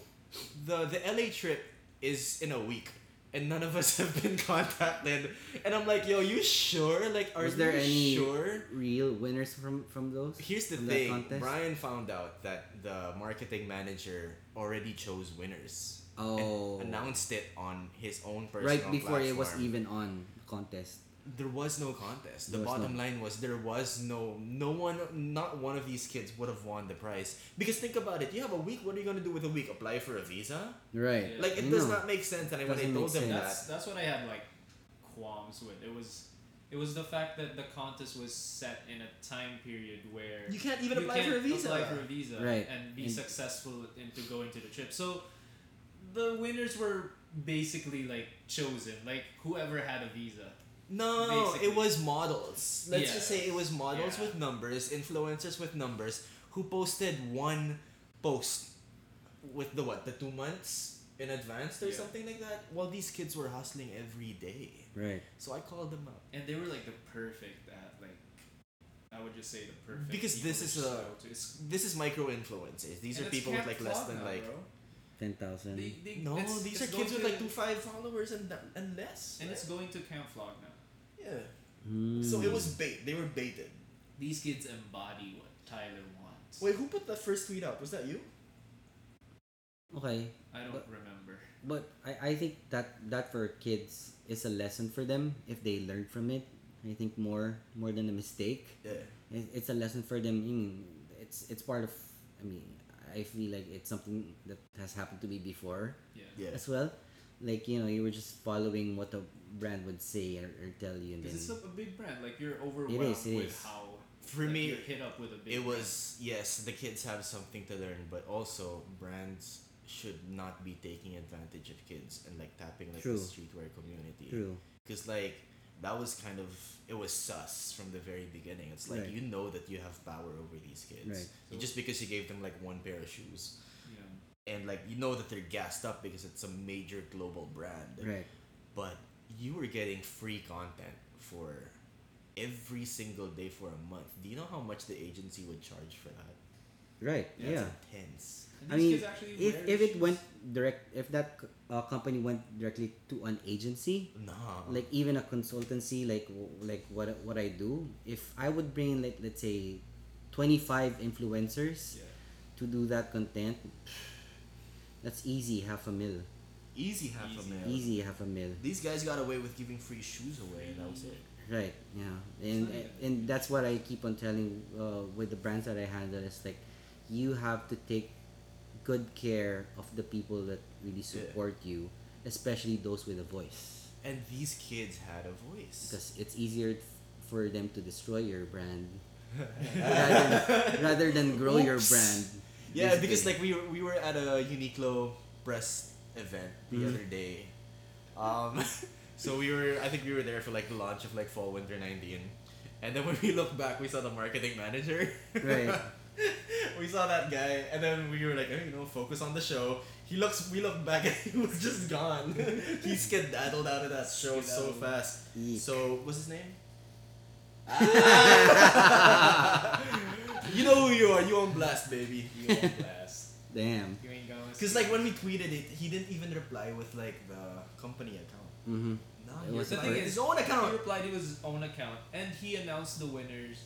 Speaker 3: the the LA trip is in a week, and none of us have been contacted. And I'm like, yo, you sure? Like, are
Speaker 1: Was there
Speaker 3: you
Speaker 1: any
Speaker 3: sure?
Speaker 1: real winners from from those?
Speaker 3: Here's the
Speaker 1: from that
Speaker 3: thing.
Speaker 1: contest?
Speaker 3: Brian found out that the marketing manager already chose winners. and
Speaker 1: Oh,
Speaker 3: announced it on his own personal
Speaker 1: right before it was
Speaker 3: platform.
Speaker 1: even on contest.
Speaker 3: there was no contest. The
Speaker 1: There was
Speaker 3: bottom
Speaker 1: no-
Speaker 3: line was there was no no one not one of these kids would have won the prize. Because think about it, you have a week, what are you gonna do with a week? Apply for a visa?
Speaker 1: Right.
Speaker 2: Yeah.
Speaker 3: Like it
Speaker 1: I
Speaker 3: does
Speaker 1: know.
Speaker 3: not make sense and when I
Speaker 1: Doesn't
Speaker 3: told
Speaker 1: make
Speaker 3: them
Speaker 2: That's
Speaker 3: that
Speaker 2: that's what I had like qualms with. It was it was the fact that the contest was set in a time period where
Speaker 3: you can't even
Speaker 2: you
Speaker 3: apply
Speaker 2: can't
Speaker 3: for a visa.
Speaker 2: apply for a visa
Speaker 1: Right.
Speaker 2: and be
Speaker 1: And-
Speaker 2: successful into going to the trip. So the winners were basically like chosen, like whoever had a visa.
Speaker 3: No, it
Speaker 2: Basically.
Speaker 3: was models. Let's
Speaker 2: Yeah.
Speaker 3: just say it was models
Speaker 2: Yeah.
Speaker 3: with numbers, influencers with numbers, who posted one post with the what, the two months in advance or
Speaker 2: Yeah.
Speaker 3: something like that. While these kids were hustling every day.
Speaker 1: Right.
Speaker 3: So I called them up.
Speaker 2: And they were like the perfect at like I would just say the perfect
Speaker 3: Because
Speaker 2: people
Speaker 3: this
Speaker 2: to
Speaker 3: is
Speaker 2: just
Speaker 3: a-
Speaker 2: go to. It's-
Speaker 3: This is micro influencers. These
Speaker 2: and
Speaker 3: are
Speaker 2: it's
Speaker 3: people with
Speaker 2: Camp
Speaker 3: like less
Speaker 2: Clog
Speaker 3: than
Speaker 2: now,
Speaker 3: like
Speaker 2: bro.
Speaker 1: Ten thousand.
Speaker 2: They- they-
Speaker 3: no.
Speaker 2: it's-
Speaker 3: these
Speaker 2: it's
Speaker 3: are kids
Speaker 2: going
Speaker 3: with like
Speaker 2: to-
Speaker 3: two five followers and th- and less.
Speaker 2: and it's
Speaker 3: right?
Speaker 2: going to Camp Flog now.
Speaker 3: yeah.
Speaker 1: Hmm.
Speaker 3: So it
Speaker 2: Mm.
Speaker 3: was bait. They were baited.
Speaker 2: These kids embody what Tyler wants.
Speaker 3: Wait, who put that first tweet out? Was that you?
Speaker 1: okay.
Speaker 2: I don't
Speaker 1: but-
Speaker 2: remember.
Speaker 1: But I, I think that that for kids is a lesson for them if they learn from it. I think more more than a mistake.
Speaker 3: Yeah.
Speaker 1: It, it's a lesson for them. Mm, It's it's part of. I mean, I feel like it's something that has happened to me before
Speaker 2: Yeah.
Speaker 3: Yeah.
Speaker 1: as well. Like you know, you were just following what the brand would say or, or tell you, and
Speaker 2: Because
Speaker 1: then
Speaker 2: it's a, a big brand. Like you're overwhelmed
Speaker 1: is, it
Speaker 2: with
Speaker 1: is.
Speaker 2: how like,
Speaker 3: For me,
Speaker 2: you're hit up with a big
Speaker 3: it
Speaker 2: brand.
Speaker 3: was yes the kids have something to learn but also brands should not be taking advantage of kids and like tapping like
Speaker 1: True.
Speaker 3: the streetwear community
Speaker 1: true.
Speaker 3: because like that was kind of it was sus from the very beginning it's like
Speaker 1: Right.
Speaker 3: you know that you have power over these kids
Speaker 1: Right.
Speaker 3: You- just because you gave them like one pair of shoes
Speaker 2: you know.
Speaker 3: and like you know that they're gassed up because it's a major global brand
Speaker 1: Right.
Speaker 3: but you were getting free content for every single day for a month do you know how much the agency would charge for that
Speaker 1: Right. yeah.
Speaker 2: Yeah,
Speaker 3: intense.
Speaker 1: I
Speaker 2: And these
Speaker 1: mean,
Speaker 2: kids actually
Speaker 1: if,
Speaker 2: wear
Speaker 1: if
Speaker 2: the
Speaker 1: it went
Speaker 2: shoes.
Speaker 1: direct, if that c- uh, company went directly to an agency,
Speaker 3: Nah.
Speaker 1: like even a consultancy, like w- like what what I do, if I would bring like let's say, twenty five influencers
Speaker 2: Yeah.
Speaker 1: to do that content, that's easy half a mil,
Speaker 3: easy half
Speaker 2: Easy.
Speaker 3: a mil.
Speaker 1: easy half a mil,
Speaker 3: These guys got away with giving free shoes away, and that was it.
Speaker 1: right? Yeah, and
Speaker 2: not even-
Speaker 1: and that's what I keep on telling uh, with the brands that I handle is like, you have to take good care of the people that really
Speaker 3: Yeah.
Speaker 1: support you, especially those with a voice.
Speaker 3: And these kids had a voice.
Speaker 1: because it's easier for them to destroy your brand rather, than, rather than grow your
Speaker 3: Oops.
Speaker 1: brand.
Speaker 3: Yeah, because
Speaker 1: basically.
Speaker 3: like we were, we were at a Uniqlo press event the
Speaker 1: Mhm.
Speaker 3: other day. Um, so we were I think we were there for like the launch of like fall winter 19. And then when we looked back, we saw the marketing manager.
Speaker 1: Right.
Speaker 3: we saw that guy, and then we were like, oh, you know, focus on the show. He looks. We looked back, and he was just gone. he skedaddled out of that show so
Speaker 2: Skedaddled.
Speaker 3: fast.
Speaker 1: Eek.
Speaker 3: So what's his name? you know who you are. You on blast, baby.
Speaker 2: You won't last.
Speaker 1: damn.
Speaker 2: You ain't gonna.
Speaker 3: Because like when we tweeted it, he didn't even reply with like the company account.
Speaker 1: Mm-hmm.
Speaker 3: No,
Speaker 1: It
Speaker 3: he
Speaker 1: was
Speaker 2: the
Speaker 3: replied
Speaker 2: thing
Speaker 3: with
Speaker 2: is,
Speaker 3: his own
Speaker 2: He
Speaker 3: account.
Speaker 2: replied to his own account, and he announced the winners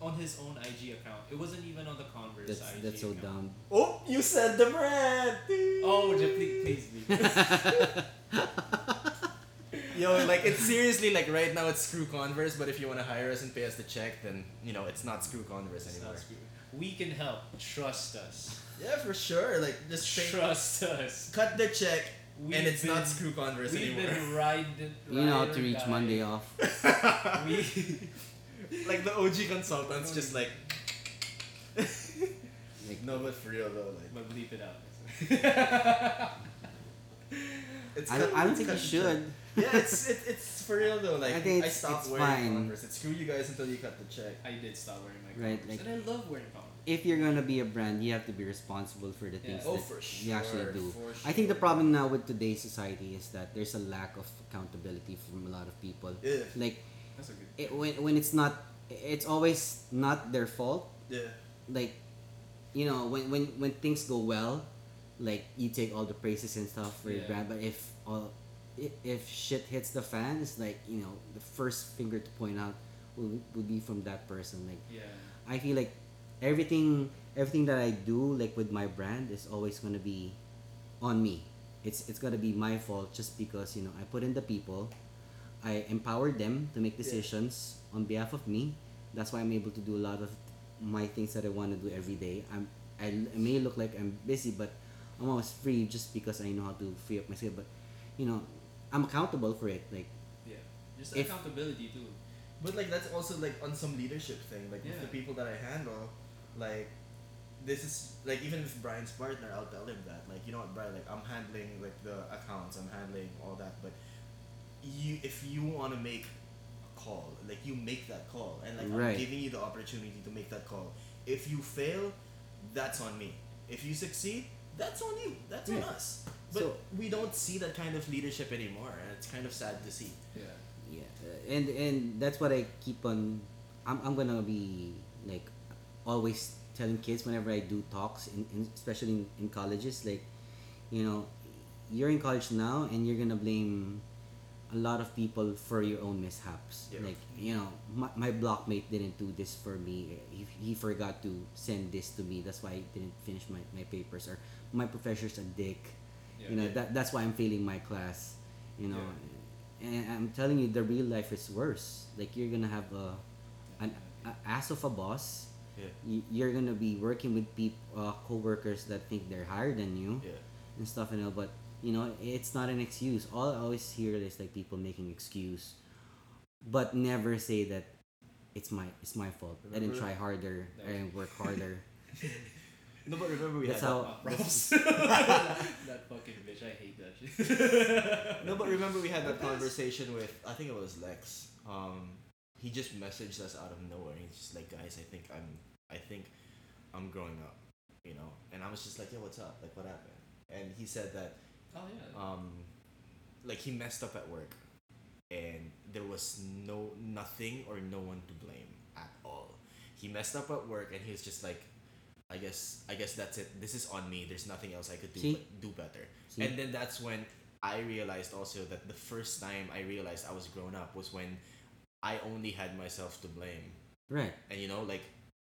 Speaker 2: on his own IG account. It wasn't even on the Converse
Speaker 1: That's
Speaker 2: IG
Speaker 1: that's so
Speaker 2: account.
Speaker 1: dumb.
Speaker 3: Oh, you said the brand.
Speaker 2: Oh, just please, please leave.
Speaker 3: Yo, like it's seriously like right now it's screw Converse, but if you want to hire us and pay us the check, then you know it's not screw Converse
Speaker 2: It's
Speaker 3: anymore.
Speaker 2: not screw- we can help. Trust us.
Speaker 3: yeah, for sure. Like just pay,
Speaker 2: Trust us.
Speaker 3: cut the check,
Speaker 2: We've
Speaker 3: and it's
Speaker 2: been-
Speaker 3: not screw Converse
Speaker 2: We've
Speaker 3: anymore.
Speaker 2: been riding.
Speaker 1: You know how to reach Monday off.
Speaker 2: We
Speaker 3: like the OG consultants, just like
Speaker 1: Like,
Speaker 3: no, but for real though, like
Speaker 2: but bleep it out.
Speaker 3: it's
Speaker 1: I don't, I don't think
Speaker 3: it's
Speaker 1: you
Speaker 3: cut the check.
Speaker 1: should.
Speaker 3: yeah, it's it, it's for real though. Like
Speaker 1: I
Speaker 3: I,
Speaker 1: think it's-
Speaker 3: stopped
Speaker 1: it's
Speaker 3: wearing
Speaker 1: fine.
Speaker 3: Converse. It's screw you guys until you cut the check.
Speaker 2: I did stop wearing my
Speaker 1: Right, like-
Speaker 2: Converse, and I love wearing Converse.
Speaker 1: If you're gonna be a brand, you have to be responsible for the things
Speaker 3: Oh,
Speaker 1: that
Speaker 3: for sure.
Speaker 1: you actually do.
Speaker 3: for
Speaker 1: I think the
Speaker 3: sure.
Speaker 1: problem now with today's society is that there's a lack of accountability from a lot of people.
Speaker 3: Yeah,
Speaker 1: Like
Speaker 2: That's a good.
Speaker 1: it, when when it's not, it's always not their fault.
Speaker 3: yeah.
Speaker 1: Like, you know, when when when things go well, like you take all the praises and stuff for your
Speaker 2: Yeah.
Speaker 1: brand. But if all i- if shit hits the fan, it's like you know the first finger to point out will will be from that person. Like
Speaker 2: Yeah.
Speaker 1: I feel like everything everything that I do like with my brand is always gonna be on me. It's it's gonna be my fault just because you know I put in the people, I empowered them to make
Speaker 3: Yeah.
Speaker 1: decisions on behalf of me. That's why I'm able to do a lot of my things that I want to do every day. I'm I, l- I may look like I'm busy, but I'm always free just because I know how to free up my skill. But you know, I'm accountable for it. Like
Speaker 2: Yeah. Just
Speaker 1: If-
Speaker 2: accountability too.
Speaker 3: But like that's also like on some leadership thing. Like with
Speaker 2: Yeah.
Speaker 3: the people that I handle, like this is like even with Brian's partner, I'll tell him that. Like, you know what, Brian, like I'm handling like the accounts, I'm handling all that, but you if you wanna make a call, like you make that call and like
Speaker 1: Right.
Speaker 3: I'm giving you the opportunity to make that call. If you fail, that's on me. If you succeed, that's on you. That's on
Speaker 1: Yeah.
Speaker 3: us. But
Speaker 1: So-
Speaker 3: we don't see that kind of leadership anymore, and it's kind of sad to see.
Speaker 2: Yeah.
Speaker 1: yeah uh, and and that's what i keep on i'm, I'm gonna be like always telling kids whenever i do talks in, in, especially in, in colleges like you know you're in college now and you're gonna blame a lot of people for your own mishaps
Speaker 3: Yeah.
Speaker 1: like you know my, my blockmate didn't do this for me he, he forgot to send this to me that's why i didn't finish my, my papers or my professor's a dick
Speaker 2: Yeah.
Speaker 1: you know
Speaker 3: Yeah.
Speaker 1: that that's why i'm failing my class you know and i'm telling you the real life is worse like you're gonna have a an a ass of a boss
Speaker 3: Yeah.
Speaker 1: Y- you're gonna be working with people uh, co-workers that think they're higher than you
Speaker 3: Yeah.
Speaker 1: and stuff and all but you know it's not an excuse all i always hear is like people making excuse but never say that it's my it's my fault i didn't
Speaker 3: Remember-
Speaker 1: try harder i
Speaker 2: That was-
Speaker 1: didn't work harder
Speaker 3: No, but remember we
Speaker 1: That's
Speaker 3: had
Speaker 1: how-
Speaker 3: that
Speaker 2: Ah, props. that fucking bitch. I hate that shit.
Speaker 3: No, but remember we had that
Speaker 2: Yes.
Speaker 3: conversation with I think it was Lex. Um, he just messaged us out of nowhere. He's just like, guys, I think I'm, I think I'm growing up, you know. And I was just like, yo, what's up? Like, what happened? And he said that,
Speaker 2: Oh yeah.
Speaker 3: um, like he messed up at work, and there was no nothing or no one to blame at all. He messed up at work, and he was just like, I guess, I guess that's it. This is on me. There's nothing else I could do
Speaker 1: See?
Speaker 3: but do better.
Speaker 1: See?
Speaker 3: And then that's when I realized also that the first time I realized I was grown up was when I only had myself to blame.
Speaker 1: right
Speaker 3: And you know, like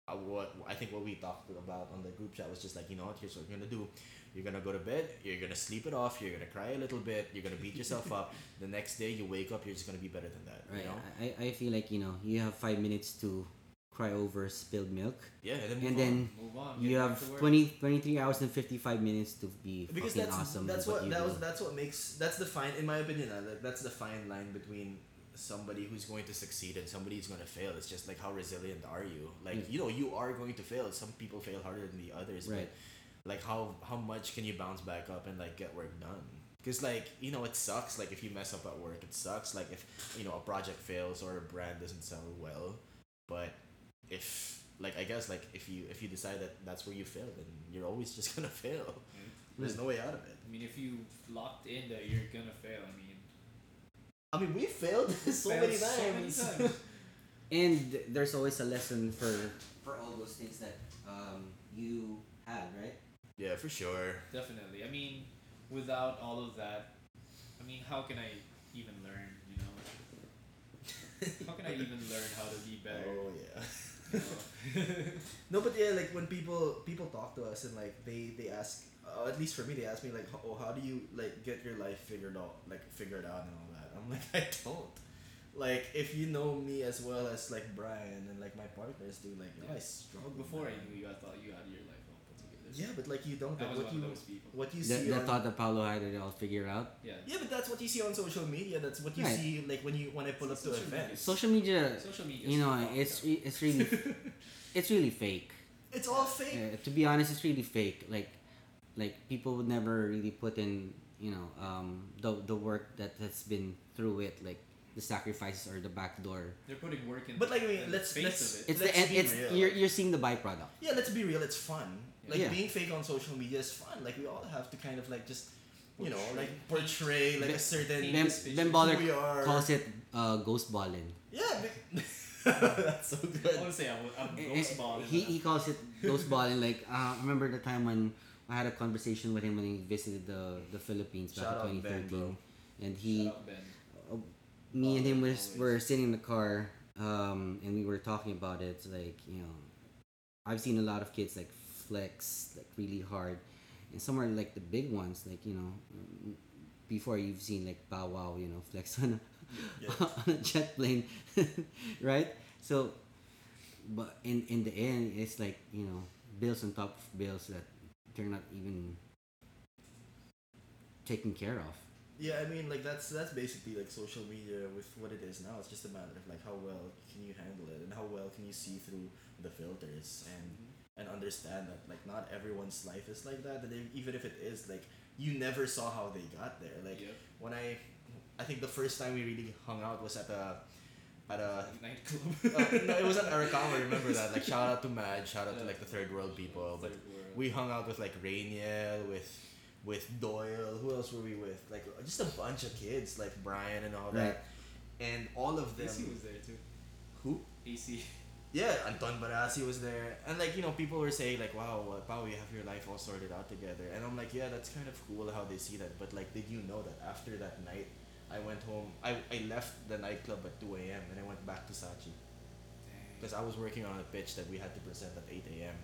Speaker 3: I, what I think what we talked about on the group chat was just like, you know what, here's what you're gonna do. You're gonna go to bed, you're gonna sleep it off, you're gonna cry a little bit, you're gonna beat yourself up. The next day you wake up, you're just gonna be better than that.
Speaker 1: Right.
Speaker 3: You know?
Speaker 1: I, I feel like, you know, you have five minutes to cry over spilled milk.
Speaker 3: Yeah, and then move
Speaker 1: And
Speaker 3: on.
Speaker 1: then
Speaker 2: Move on.
Speaker 1: you
Speaker 2: get back
Speaker 1: have
Speaker 2: to work.
Speaker 1: 20, 23 hours and 55 minutes to be
Speaker 3: because
Speaker 1: fucking
Speaker 3: that's
Speaker 1: awesome.
Speaker 3: that's
Speaker 1: at
Speaker 3: what
Speaker 1: you
Speaker 3: that
Speaker 1: do.
Speaker 3: was that's what makes that's the fine in my opinion uh, like that's the fine line between somebody who's going to succeed and somebody who's going to fail it's just like how resilient are you like
Speaker 1: Yeah.
Speaker 3: you know you are going to fail some people fail harder than the others
Speaker 1: Mm. Right.
Speaker 3: but like how how much can you bounce back up and like get work done because like you know it sucks like if you mess up at work it sucks like if you know a project fails or a brand doesn't sell well but if like i guess like if you if you decide that that's where you fail then you're always just gonna fail
Speaker 2: Mm-hmm.
Speaker 3: there's no way out of it
Speaker 2: I mean, if you locked in that you're gonna fail, I mean,
Speaker 3: I mean, we failed so
Speaker 2: fail
Speaker 3: many
Speaker 2: so many
Speaker 3: times.
Speaker 2: times.
Speaker 1: And there's always a lesson for for all those things that um, you had, right?
Speaker 3: yeah, for sure.
Speaker 2: definitely. I mean, without all of that, I mean, how can I even learn? You know, how can I even learn how to be better?
Speaker 3: Oh yeah.
Speaker 2: You know?
Speaker 3: No, but yeah, like when people people talk to us and like they they ask uh, at least for me, they asked me like, "Ho- "Oh, how do you like get your life figured out, like figured out and all that?" I'm like, I don't. Like, if you know me as well as like Brian and like my partners do, like, yo, I struggle
Speaker 2: Before I
Speaker 3: man.
Speaker 2: knew you, I thought you had your life all put together.
Speaker 3: Yeah, but like you don't.
Speaker 2: I
Speaker 3: Like,
Speaker 2: was
Speaker 3: what
Speaker 2: one
Speaker 3: you
Speaker 2: of those people.
Speaker 3: what you
Speaker 1: That,
Speaker 3: see um,
Speaker 1: that
Speaker 3: on-
Speaker 1: thought that Paulo had it all figured out.
Speaker 2: Yeah.
Speaker 3: Yeah, but that's what you see on social media. That's what you
Speaker 1: Right.
Speaker 3: see like when you when I pull up to
Speaker 2: Social media.
Speaker 3: events.
Speaker 1: Social media,
Speaker 2: Social media.
Speaker 1: you know, it's re- it's really it's really fake.
Speaker 3: It's all fake.
Speaker 1: Yeah, Uh, to be honest, it's really fake. Like, like people would never really put in, you know, um, the the work that has been through it, like the sacrifices or the back door.
Speaker 2: They're putting work in.
Speaker 3: But, like, I mean,
Speaker 2: in
Speaker 3: let's-
Speaker 2: the face
Speaker 3: let's-
Speaker 2: of it.
Speaker 1: It's the
Speaker 3: Let's
Speaker 1: end.
Speaker 3: be
Speaker 1: It's
Speaker 3: real.
Speaker 1: you're you're seeing the byproduct.
Speaker 3: Yeah, let's be real. It's fun. Like
Speaker 1: Yeah.
Speaker 3: being fake on social media is fun. Like we all have to kind of like just, you know,
Speaker 2: Portray.
Speaker 3: like portray like
Speaker 1: Be-
Speaker 3: a certain
Speaker 1: Bem,
Speaker 2: Speech.
Speaker 1: Bem
Speaker 3: who we
Speaker 1: Baller
Speaker 3: are.
Speaker 1: calls it uh, ghost balling.
Speaker 3: yeah, be- that's so
Speaker 2: I would
Speaker 3: good.
Speaker 2: say I'm, I'm
Speaker 1: Eh,
Speaker 2: ghost
Speaker 1: eh,
Speaker 2: ball.
Speaker 1: He, he calls it ghost balling. Like uh, remember the time when I had a conversation with him when he visited the the Philippines back
Speaker 3: Shout out
Speaker 1: in
Speaker 3: Ben,
Speaker 1: 2013,
Speaker 3: bro.
Speaker 1: and he.
Speaker 2: Shut up, Ben.
Speaker 1: Uh, me and him was
Speaker 2: Always.
Speaker 1: were sitting in the car um and we were talking about it like you know i've seen a lot of kids like flex like really hard and some are like the big ones like you know mm, before you've seen like bow wow you know flex on a,
Speaker 3: Yeah.
Speaker 1: on a jet plane right so but in in the end it's like you know bills on top of bills that they're not even taken care of
Speaker 3: Yeah, I mean, like that's that's basically like social media with what it is now. It's just a matter of like how well can you handle it and how well can you see through the filters and
Speaker 2: Mm-hmm.
Speaker 3: and understand that like not everyone's life is like that. That if- even if it is, like you never saw how they got there. Like
Speaker 2: Yep.
Speaker 3: when I, I think the first time we really hung out was at a, at a.
Speaker 2: Nightclub.
Speaker 3: uh, no, it was at Arakawa. Remember that? Like shout out to Mad, shout out to
Speaker 2: Yeah.
Speaker 3: like the third world people. But
Speaker 2: Third world.
Speaker 3: we hung out with like Rainiel, with with Doyle. Who else were we with? Like just a bunch of kids, like Brian and all
Speaker 1: Right.
Speaker 3: that. And all of them.
Speaker 2: AC was there too.
Speaker 3: Who?
Speaker 2: AC.
Speaker 3: Yeah, Anton Barassi was there, and like you know, people were saying like, "Wow, uh, Pao, you have your life all sorted out together." And I'm like, "Yeah, that's kind of cool how they see that." But like, did you know that after that night, I went home. I, I left the nightclub at two a.m. and I went back to Sachi because I was working on a pitch that we had to present at eight a.m.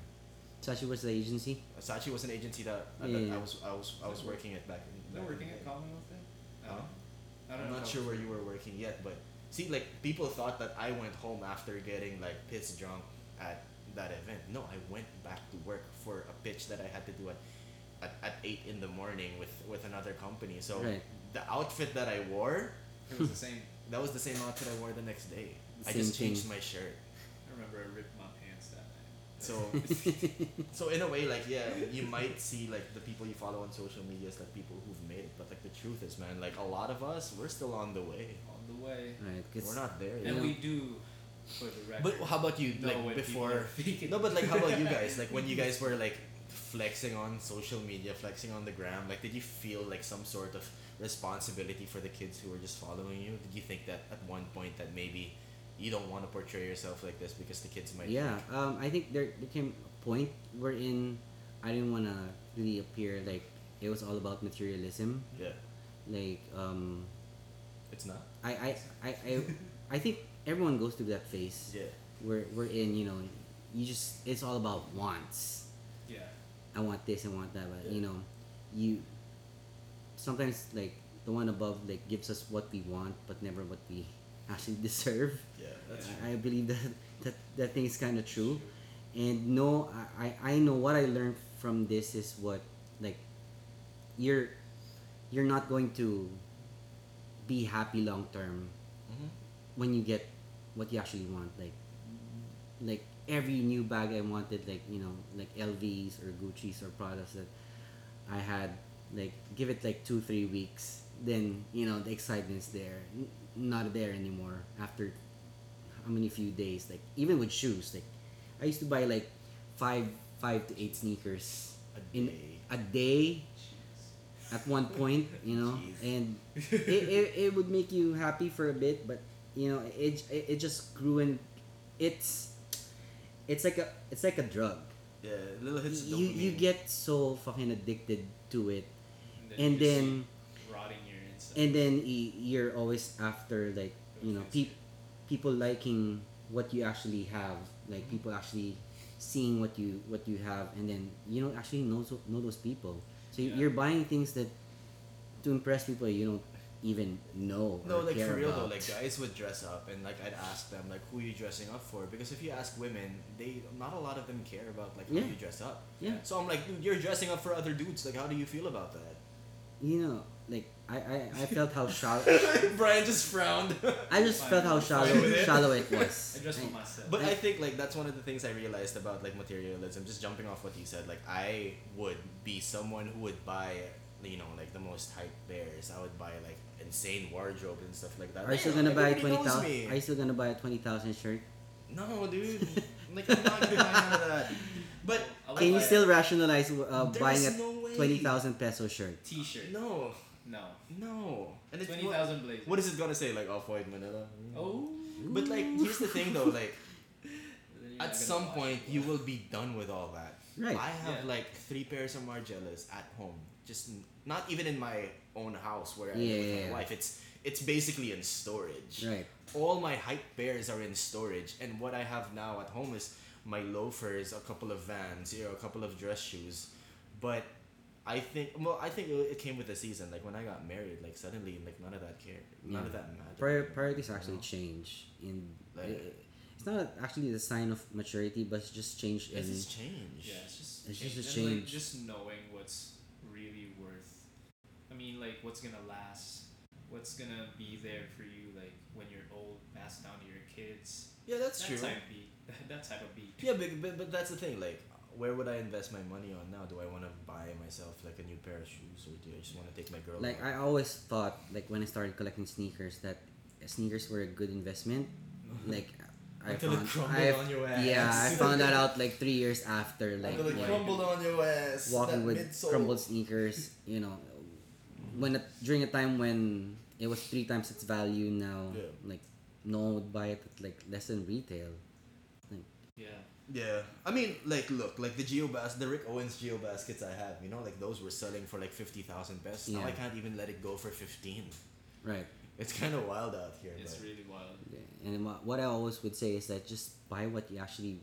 Speaker 1: Sashi, what's the agency?
Speaker 3: Uh, Sachi was an agency that, uh,
Speaker 1: Yeah,
Speaker 3: that
Speaker 1: yeah.
Speaker 3: I was I was I was working at back. In,
Speaker 2: Is that
Speaker 3: back in
Speaker 2: working
Speaker 3: the
Speaker 2: at
Speaker 3: day.
Speaker 2: Commonwealth then? I
Speaker 3: Huh?
Speaker 2: don't know. I don't
Speaker 3: I'm
Speaker 2: know
Speaker 3: not
Speaker 2: how-
Speaker 3: sure where you were working yet, but see, like people thought that I went home after getting like pissed drunk at that event. No, I went back to work for a pitch that I had to do at at, at eight in the morning with with another company. So
Speaker 1: Right.
Speaker 3: the outfit that I wore,
Speaker 2: It was the same.
Speaker 3: that was the same outfit I wore the next day.
Speaker 1: The
Speaker 3: I
Speaker 1: same
Speaker 3: just changed
Speaker 1: thing.
Speaker 3: my shirt.
Speaker 2: I remember I ripped my pants that night.
Speaker 3: So so in a way, like yeah, you might see like the people you follow on social media as like people who've made it, but like the truth is, man, like a lot of us, we're still on the way.
Speaker 2: on the way.
Speaker 1: Right, 'cause-
Speaker 3: We're not there yet.
Speaker 2: And we do, for the record.
Speaker 3: Mm-hmm. But how about you,
Speaker 2: know
Speaker 3: like
Speaker 2: when people
Speaker 3: before?
Speaker 2: are faking.
Speaker 3: No, but like how about you guys? Like when you guys were like flexing on social media, flexing on the gram, like did you feel like some sort of responsibility for the kids who were just following you? Did you think that at one point that maybe you don't want to portray yourself like this because the kids might?
Speaker 1: yeah, um, I think there became a point wherein I didn't want to really appear like it was all about materialism.
Speaker 3: Yeah.
Speaker 1: Like, um,
Speaker 3: It's not.
Speaker 1: I, I, I, I, I think everyone goes through that phase
Speaker 3: Yeah.
Speaker 1: where we're in, you know, you just, it's all about wants.
Speaker 2: Yeah.
Speaker 1: I want this, I want that, but
Speaker 3: Yeah.
Speaker 1: you know, you sometimes like the one above like gives us what we want, but never what we actually deserve.
Speaker 3: Yeah. That's
Speaker 2: Yeah.
Speaker 3: true.
Speaker 1: I, I believe that that that thing is kind of true, and no, I I- I know what I learned from this is what like you're you're not going to be happy long term
Speaker 3: Mm-hmm.
Speaker 1: when you get what you actually want like like every new bag I wanted like you know like LVs or Gucci's or products that I had like give it like two three weeks then you know the excitement's there N- not there anymore after how many few days like even with shoes like I used to buy like five five to eight sneakers
Speaker 3: A
Speaker 1: in
Speaker 3: day.
Speaker 1: a day
Speaker 2: Jeez.
Speaker 1: at one point, you know,
Speaker 3: Jeez.
Speaker 1: and it, it, it would make you happy for a bit, but you know, it, it, it just grew and it's it's like a it's like a drug.
Speaker 3: Yeah. Little hits. of
Speaker 1: You you
Speaker 3: dopamine.
Speaker 1: get so fucking addicted to it,
Speaker 2: And then,
Speaker 1: and
Speaker 2: you
Speaker 1: then
Speaker 2: just see rotting your inside.
Speaker 1: and then y- you're always after like you know peop people liking what you actually have, like people actually seeing what you what you have, and then you don't actually know so, know those people. So you-
Speaker 2: Yeah.
Speaker 1: you're buying things that to impress people you don't even know.
Speaker 3: No,
Speaker 1: or
Speaker 3: like
Speaker 1: care
Speaker 3: for real
Speaker 1: about.
Speaker 3: though, like guys would dress up and like I'd ask them like who are you dressing up for? Because if you ask women, they not a lot of them care about like how
Speaker 1: Yeah.
Speaker 3: you dress up.
Speaker 1: yeah.
Speaker 3: So I'm like, dude, you're dressing up for other dudes. Like, how do you feel about that?
Speaker 1: you know, like I, I, I felt how shallow.
Speaker 3: Brian just frowned.
Speaker 1: I just felt how shallow
Speaker 3: Fine with it.
Speaker 1: shallow it was.
Speaker 2: I dress for
Speaker 1: And-
Speaker 2: myself.
Speaker 3: But I think like that's one of the things I realized about like materialism. Just jumping off what you said, like I would be someone who would buy, you know, like the most hype bears. I would buy like insane wardrobe and stuff like that.
Speaker 1: Are you still
Speaker 3: Damn,
Speaker 1: gonna buy a
Speaker 3: everybody
Speaker 1: twenty
Speaker 3: knows
Speaker 1: thousand?
Speaker 3: me.
Speaker 1: Are you still gonna buy a twenty thousand shirt?
Speaker 3: No, dude. Like I'm not gonna buy none of that. But
Speaker 2: I
Speaker 1: Can you
Speaker 2: like
Speaker 1: still rationalize uh,
Speaker 3: There's
Speaker 1: buying a
Speaker 3: no way.
Speaker 1: twenty thousand peso shirt?
Speaker 2: T-shirt.
Speaker 3: no,
Speaker 2: No.
Speaker 3: no. And it's
Speaker 2: Twenty thousand blazer.
Speaker 3: What is it gonna say? Like off white Manila.
Speaker 2: Oh.
Speaker 3: But like, here's the thing though. Like
Speaker 2: Then you're not gonna
Speaker 3: at some
Speaker 2: wash
Speaker 3: point,
Speaker 2: it.
Speaker 3: you will be done with all that.
Speaker 1: Right.
Speaker 3: I have
Speaker 2: Yeah.
Speaker 3: like three pairs of Margellas at home. Just n- not even in my own house where I
Speaker 1: Yeah,
Speaker 3: live with
Speaker 1: yeah,
Speaker 3: my
Speaker 1: yeah.
Speaker 3: wife. It's it's basically in storage.
Speaker 1: Right.
Speaker 3: All my hype bears are in storage, and what I have now at home is my loafers, a couple of Vans, you know, a couple of dress shoes, but. I think well, I think it it came with the season. Like when I got married, like suddenly, like none of that cared, none
Speaker 1: Yeah.
Speaker 3: of that mattered.
Speaker 1: Prior, priorities actually
Speaker 3: No.
Speaker 1: change in.
Speaker 3: Like-
Speaker 1: it- it's not actually the sign of maturity, but it's just change in.
Speaker 3: It's just change.
Speaker 2: Yeah, it's just
Speaker 1: It's just a
Speaker 2: And, like,
Speaker 1: change.
Speaker 2: just knowing what's really worth. I mean, like what's gonna last, what's gonna be there for you, like when you're old, passed down to your kids.
Speaker 3: Yeah, that's
Speaker 2: that
Speaker 3: true.
Speaker 2: Type beat. That type of beat.
Speaker 3: Yeah, but, but but that's the thing. Like, where would I invest my money on now? Do I want to buy myself like a new pair of shoes, or do I just want to take my girl?
Speaker 1: like
Speaker 3: out?
Speaker 1: I always thought, like when I started collecting sneakers, that sneakers were a good investment. Like I
Speaker 3: Until it
Speaker 1: found,
Speaker 3: crumbled
Speaker 1: I,
Speaker 3: on your ass.
Speaker 1: yeah, I found that out like three years after, like,
Speaker 3: Until it
Speaker 1: like,
Speaker 3: crumbled on your ass.
Speaker 1: walking
Speaker 3: that
Speaker 1: with
Speaker 3: midsole.
Speaker 1: crumbled sneakers. You know, when during a time when it was three times its value now,
Speaker 3: Yeah.
Speaker 1: like no one would buy it at like less than retail.
Speaker 2: Yeah.
Speaker 3: Yeah, I mean, like, look, like the geo bas- the Rick Owens geo baskets I have. You know, like those were selling for like fifty thousand pesos. Now
Speaker 1: Yeah.
Speaker 3: I can't even let it go for fifteen.
Speaker 1: Right.
Speaker 3: It's kind of wild out here.
Speaker 2: It's
Speaker 3: but
Speaker 2: really wild.
Speaker 1: Yeah. And wha- what I always would say is that just buy what you actually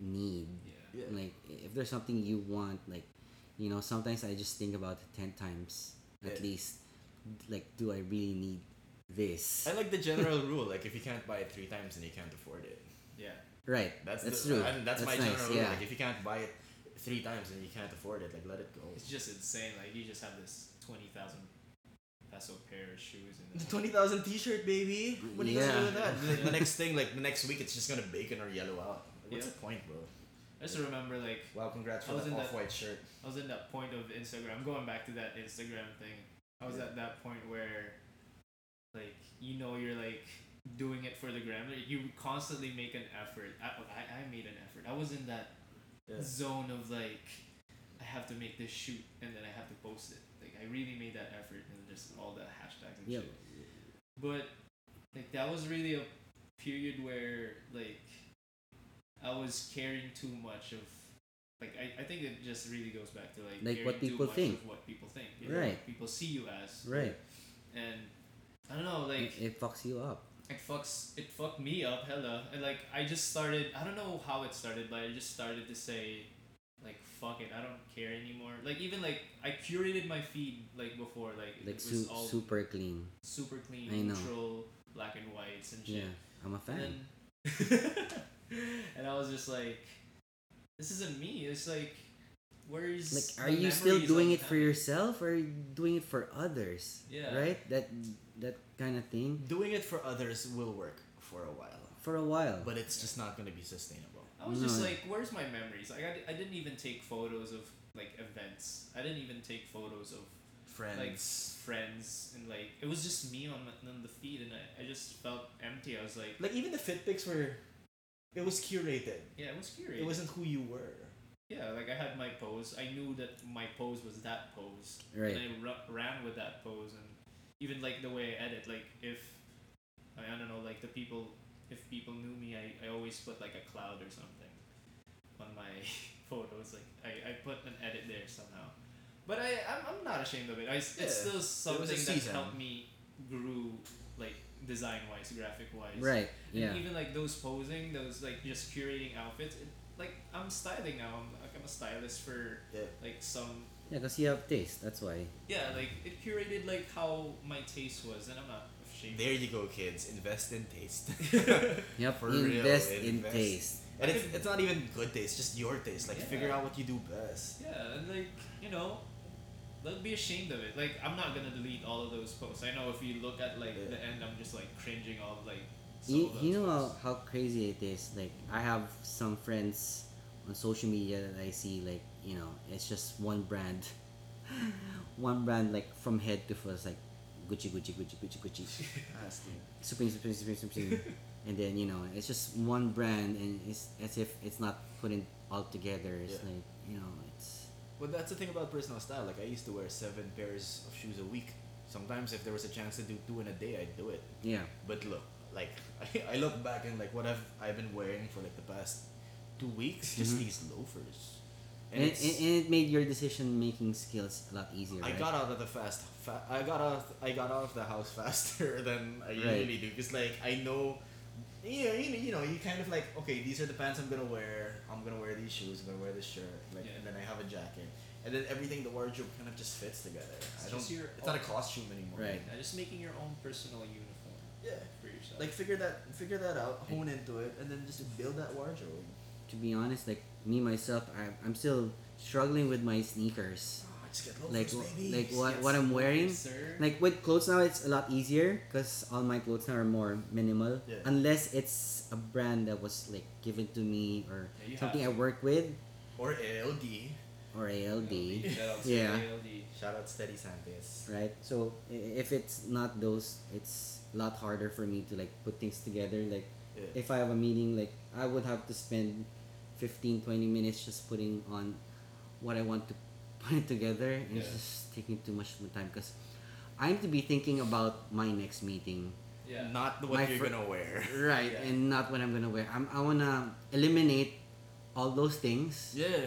Speaker 1: need.
Speaker 2: Yeah.
Speaker 3: yeah.
Speaker 1: like if there's something you want like you know sometimes i just think about it 10 times at
Speaker 3: Yeah.
Speaker 1: least like do i really need this
Speaker 3: I like the general rule. Like, if you can't buy it three times, then you can't afford it.
Speaker 2: Yeah.
Speaker 1: right
Speaker 3: That's
Speaker 1: that's, that's
Speaker 3: the,
Speaker 1: true
Speaker 3: I- that's, my
Speaker 1: nice,
Speaker 3: general rule.
Speaker 1: yeah
Speaker 3: Like, if you can't buy it three times, then you can't afford it. Like, let it go.
Speaker 2: It's just insane. Like you just have this twenty thousand peso pair of shoes and
Speaker 3: The
Speaker 2: then,
Speaker 3: twenty thousand T-shirt, baby. What are you
Speaker 1: Yeah.
Speaker 3: gonna do with that? Like,
Speaker 2: Yeah.
Speaker 3: the next thing, like the next week, it's just gonna bacon or yellow out. Like, What's
Speaker 2: Yeah.
Speaker 3: the point, bro?
Speaker 2: I just remember like
Speaker 3: Wow, congrats
Speaker 2: I
Speaker 3: for
Speaker 2: was
Speaker 3: that
Speaker 2: in that-
Speaker 3: off-white shirt.
Speaker 2: I was in that point of Instagram. Going back to that Instagram thing, I was at that point where, like, you know, you're like doing it for the gram. Like, you constantly make an effort. I, I, I made an effort. I was in that
Speaker 3: Yeah.
Speaker 2: zone of like, I have to make this shoot and then I have to post it. Like, I really made that effort and just all the hashtags and
Speaker 1: yeah
Speaker 2: shit. But like that was really a period where like I was caring too much of like I, I think it just really goes back to like,
Speaker 1: Like,
Speaker 2: caring
Speaker 1: what
Speaker 2: too
Speaker 1: people
Speaker 2: much
Speaker 1: think.
Speaker 2: of what people think. you know,
Speaker 1: Right.
Speaker 2: what people see you as.
Speaker 1: right
Speaker 2: And I don't know, like
Speaker 1: it, it fucks you up
Speaker 2: it fucks it fucked me up hella and like i just started i don't know how it started but i just started to say like fuck it i don't care anymore like even like i curated my feed like before like, it
Speaker 1: like
Speaker 2: was
Speaker 1: su-
Speaker 2: all
Speaker 1: super clean
Speaker 2: super clean
Speaker 1: I know.
Speaker 2: neutral black and whites and shit
Speaker 1: yeah i'm a fan
Speaker 2: and then, and I was just like, this isn't me. It's like, where's
Speaker 1: like are
Speaker 2: the
Speaker 1: you still
Speaker 2: memories
Speaker 1: doing
Speaker 2: I'm
Speaker 1: it for
Speaker 2: having?
Speaker 1: yourself or are you doing it for others
Speaker 2: Yeah.
Speaker 1: right that that kind of thing
Speaker 3: Doing it for others will work for a while,
Speaker 1: for a while
Speaker 3: but it's just not gonna be sustainable.
Speaker 2: I was just
Speaker 1: No.
Speaker 2: like, where's my memories? Like, I, di- I didn't even take photos of like events. I didn't even take photos of like
Speaker 3: Friends.
Speaker 2: friends and like it was just me on, the- on the feed and I, I just felt empty. I was like,
Speaker 3: Like, even the fit pics were, it was curated.
Speaker 2: yeah, it was curious.
Speaker 3: It wasn't who you were.
Speaker 2: yeah, like I had my pose. I knew that my pose was that pose.
Speaker 1: right
Speaker 2: and I ru- ran with that pose and even like the way I edit like if I don't know like the people if people knew me I, I always put like a cloud or something on my photos like I, I put an edit there somehow but I I'm, I'm not ashamed of it I, s-
Speaker 3: Yeah,
Speaker 2: it's still
Speaker 3: a
Speaker 2: something that's
Speaker 3: season.
Speaker 2: helped me grew like design wise graphic wise
Speaker 1: right
Speaker 2: and
Speaker 1: yeah
Speaker 2: even like those posing those like just curating outfits it, like I'm styling now I'm like I'm a stylist for
Speaker 3: Yeah.
Speaker 2: like some
Speaker 1: Yeah, because you have taste. That's why.
Speaker 2: Yeah, like it curated like how my taste was, and I'm not ashamed.
Speaker 3: There you go, kids. Invest in taste.
Speaker 1: Yep.
Speaker 3: For real,
Speaker 1: invest in
Speaker 3: invest.
Speaker 1: taste.
Speaker 3: and it's, it's not even good taste, just your taste. Like,
Speaker 2: Yeah.
Speaker 3: figure out what you do best.
Speaker 2: Yeah, and like you know, don't be ashamed of it. Like I'm not gonna delete all of those posts. I know if you look at like
Speaker 3: Yeah.
Speaker 2: the end, I'm just like cringing all of, like. some
Speaker 1: You,
Speaker 2: of those
Speaker 1: you know how,
Speaker 2: posts.
Speaker 1: how crazy it is. Like I have some friends on social media that I see. Like you know, it's just one brand, one brand like from head to foot. It's like Gucci, Gucci, Gucci, Gucci, Gucci.
Speaker 3: Nasty.
Speaker 1: Supreme, Supreme, Supreme, Supreme. and then, you know, it's just one brand and it's as if it's not put in all together. It's
Speaker 3: Yeah.
Speaker 1: like, you know, it's.
Speaker 3: But that's the thing about personal style. Like, I used to wear seven pairs of shoes a week. Sometimes, if there was a chance to do two in a day, I'd do it.
Speaker 1: Yeah.
Speaker 3: But look, like, I, I look back and, like, what I've, I've been wearing for, like, the past two weeks, just
Speaker 1: Mhm.
Speaker 3: these loafers.
Speaker 1: And, and,
Speaker 3: it's-
Speaker 1: and it made your decision making skills a lot easier.
Speaker 3: I
Speaker 1: right?
Speaker 3: got out of the fast. Fa- I got out. I got out of the house faster than I
Speaker 1: Right.
Speaker 3: usually do. Cause like I know, you know, you know, you know, you kind of like okay, these are the pants I'm gonna wear. I'm gonna wear these shoes. I'm gonna wear this shirt. Like
Speaker 2: Yeah.
Speaker 3: and then I have a jacket. And then everything the wardrobe kind of just fits together.
Speaker 2: It's
Speaker 3: I don't.
Speaker 2: just your
Speaker 3: it's not a
Speaker 2: own-
Speaker 3: costume anymore.
Speaker 1: Right.
Speaker 2: Yeah, just making your own personal uniform
Speaker 3: Yeah.
Speaker 2: for yourself.
Speaker 3: Like figure that figure that out, hone into it, and then just build that wardrobe.
Speaker 1: To be honest, like, me myself, I, I'm still struggling with my sneakers.
Speaker 3: Ah, just get
Speaker 1: Like,
Speaker 3: loafers,
Speaker 1: wh-
Speaker 3: baby.
Speaker 1: like
Speaker 3: Just
Speaker 1: what,
Speaker 3: get
Speaker 1: what I'm
Speaker 3: some-
Speaker 1: wearing.
Speaker 2: sir.
Speaker 1: Like, with clothes now, it's a lot easier because all my clothes now are more minimal.
Speaker 3: Yeah.
Speaker 1: Unless it's a brand that was, like, given to me or
Speaker 2: Yeah, you
Speaker 1: something I
Speaker 2: have
Speaker 1: work with
Speaker 3: Or ALD.
Speaker 1: or ALD.
Speaker 2: LD, shout out to
Speaker 1: Yeah.
Speaker 2: LD.
Speaker 3: Shout out Steady Santis.
Speaker 1: right so i- if it's not those it's a lot harder for me to like put things together like
Speaker 3: Yeah.
Speaker 1: if i have a meeting like i would have to spend 15 20 minutes just putting on what i want to put it together and it's
Speaker 2: Yeah.
Speaker 1: just taking too much of my time because i need to be thinking about my next meeting
Speaker 2: Yeah.
Speaker 3: Not
Speaker 1: My fir-
Speaker 3: gonna wear.
Speaker 1: right
Speaker 2: Yeah.
Speaker 1: and not what i'm gonna wear I'm, i wanna eliminate all those things
Speaker 3: Yeah.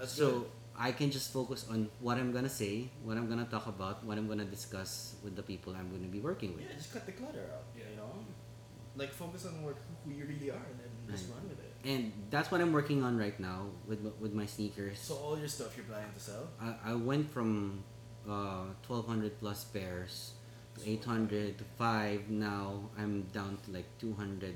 Speaker 3: That's
Speaker 1: so
Speaker 3: good.
Speaker 1: I can just focus on what I'm gonna say, what I'm gonna talk about, what I'm gonna discuss with the people I'm gonna be working with.
Speaker 3: Yeah, just cut the clutter out.
Speaker 2: Yeah.
Speaker 3: You know, like focus on what who you really are, and then just
Speaker 1: Right.
Speaker 3: run with it.
Speaker 1: And that's what I'm working on right now with m- with my sneakers.
Speaker 3: So all your stuff you're planning to sell.
Speaker 1: I, I went from uh, 1200 plus pairs to 800 to 5 now I'm down to like 200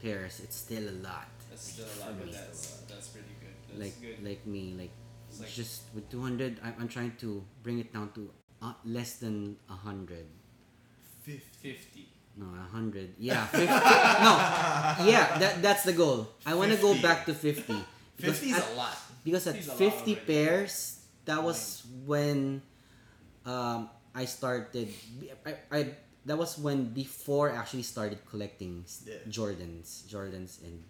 Speaker 1: pairs it's still a lot
Speaker 2: That's still a
Speaker 1: for
Speaker 2: lot, but
Speaker 1: me.
Speaker 2: that's that's pretty good. That's
Speaker 1: like
Speaker 2: good.
Speaker 1: like me like,
Speaker 2: It's like-
Speaker 1: just with 200 I'm, I'm trying to bring it down to uh, less than 100
Speaker 3: Fifty.
Speaker 2: Fifty.
Speaker 1: No, a hundred. Yeah, 50. no. Yeah, that that's the goal. I want to go
Speaker 3: 50.
Speaker 1: back to fifty. Because
Speaker 3: Fifty is
Speaker 1: at,
Speaker 3: a lot.
Speaker 1: Because at
Speaker 2: 50 is a lot
Speaker 1: fifty
Speaker 2: already.
Speaker 1: pairs, that was when, um, I started. I, I that was when before I actually started collecting s-
Speaker 3: Yeah.
Speaker 1: Jordans, Jordans and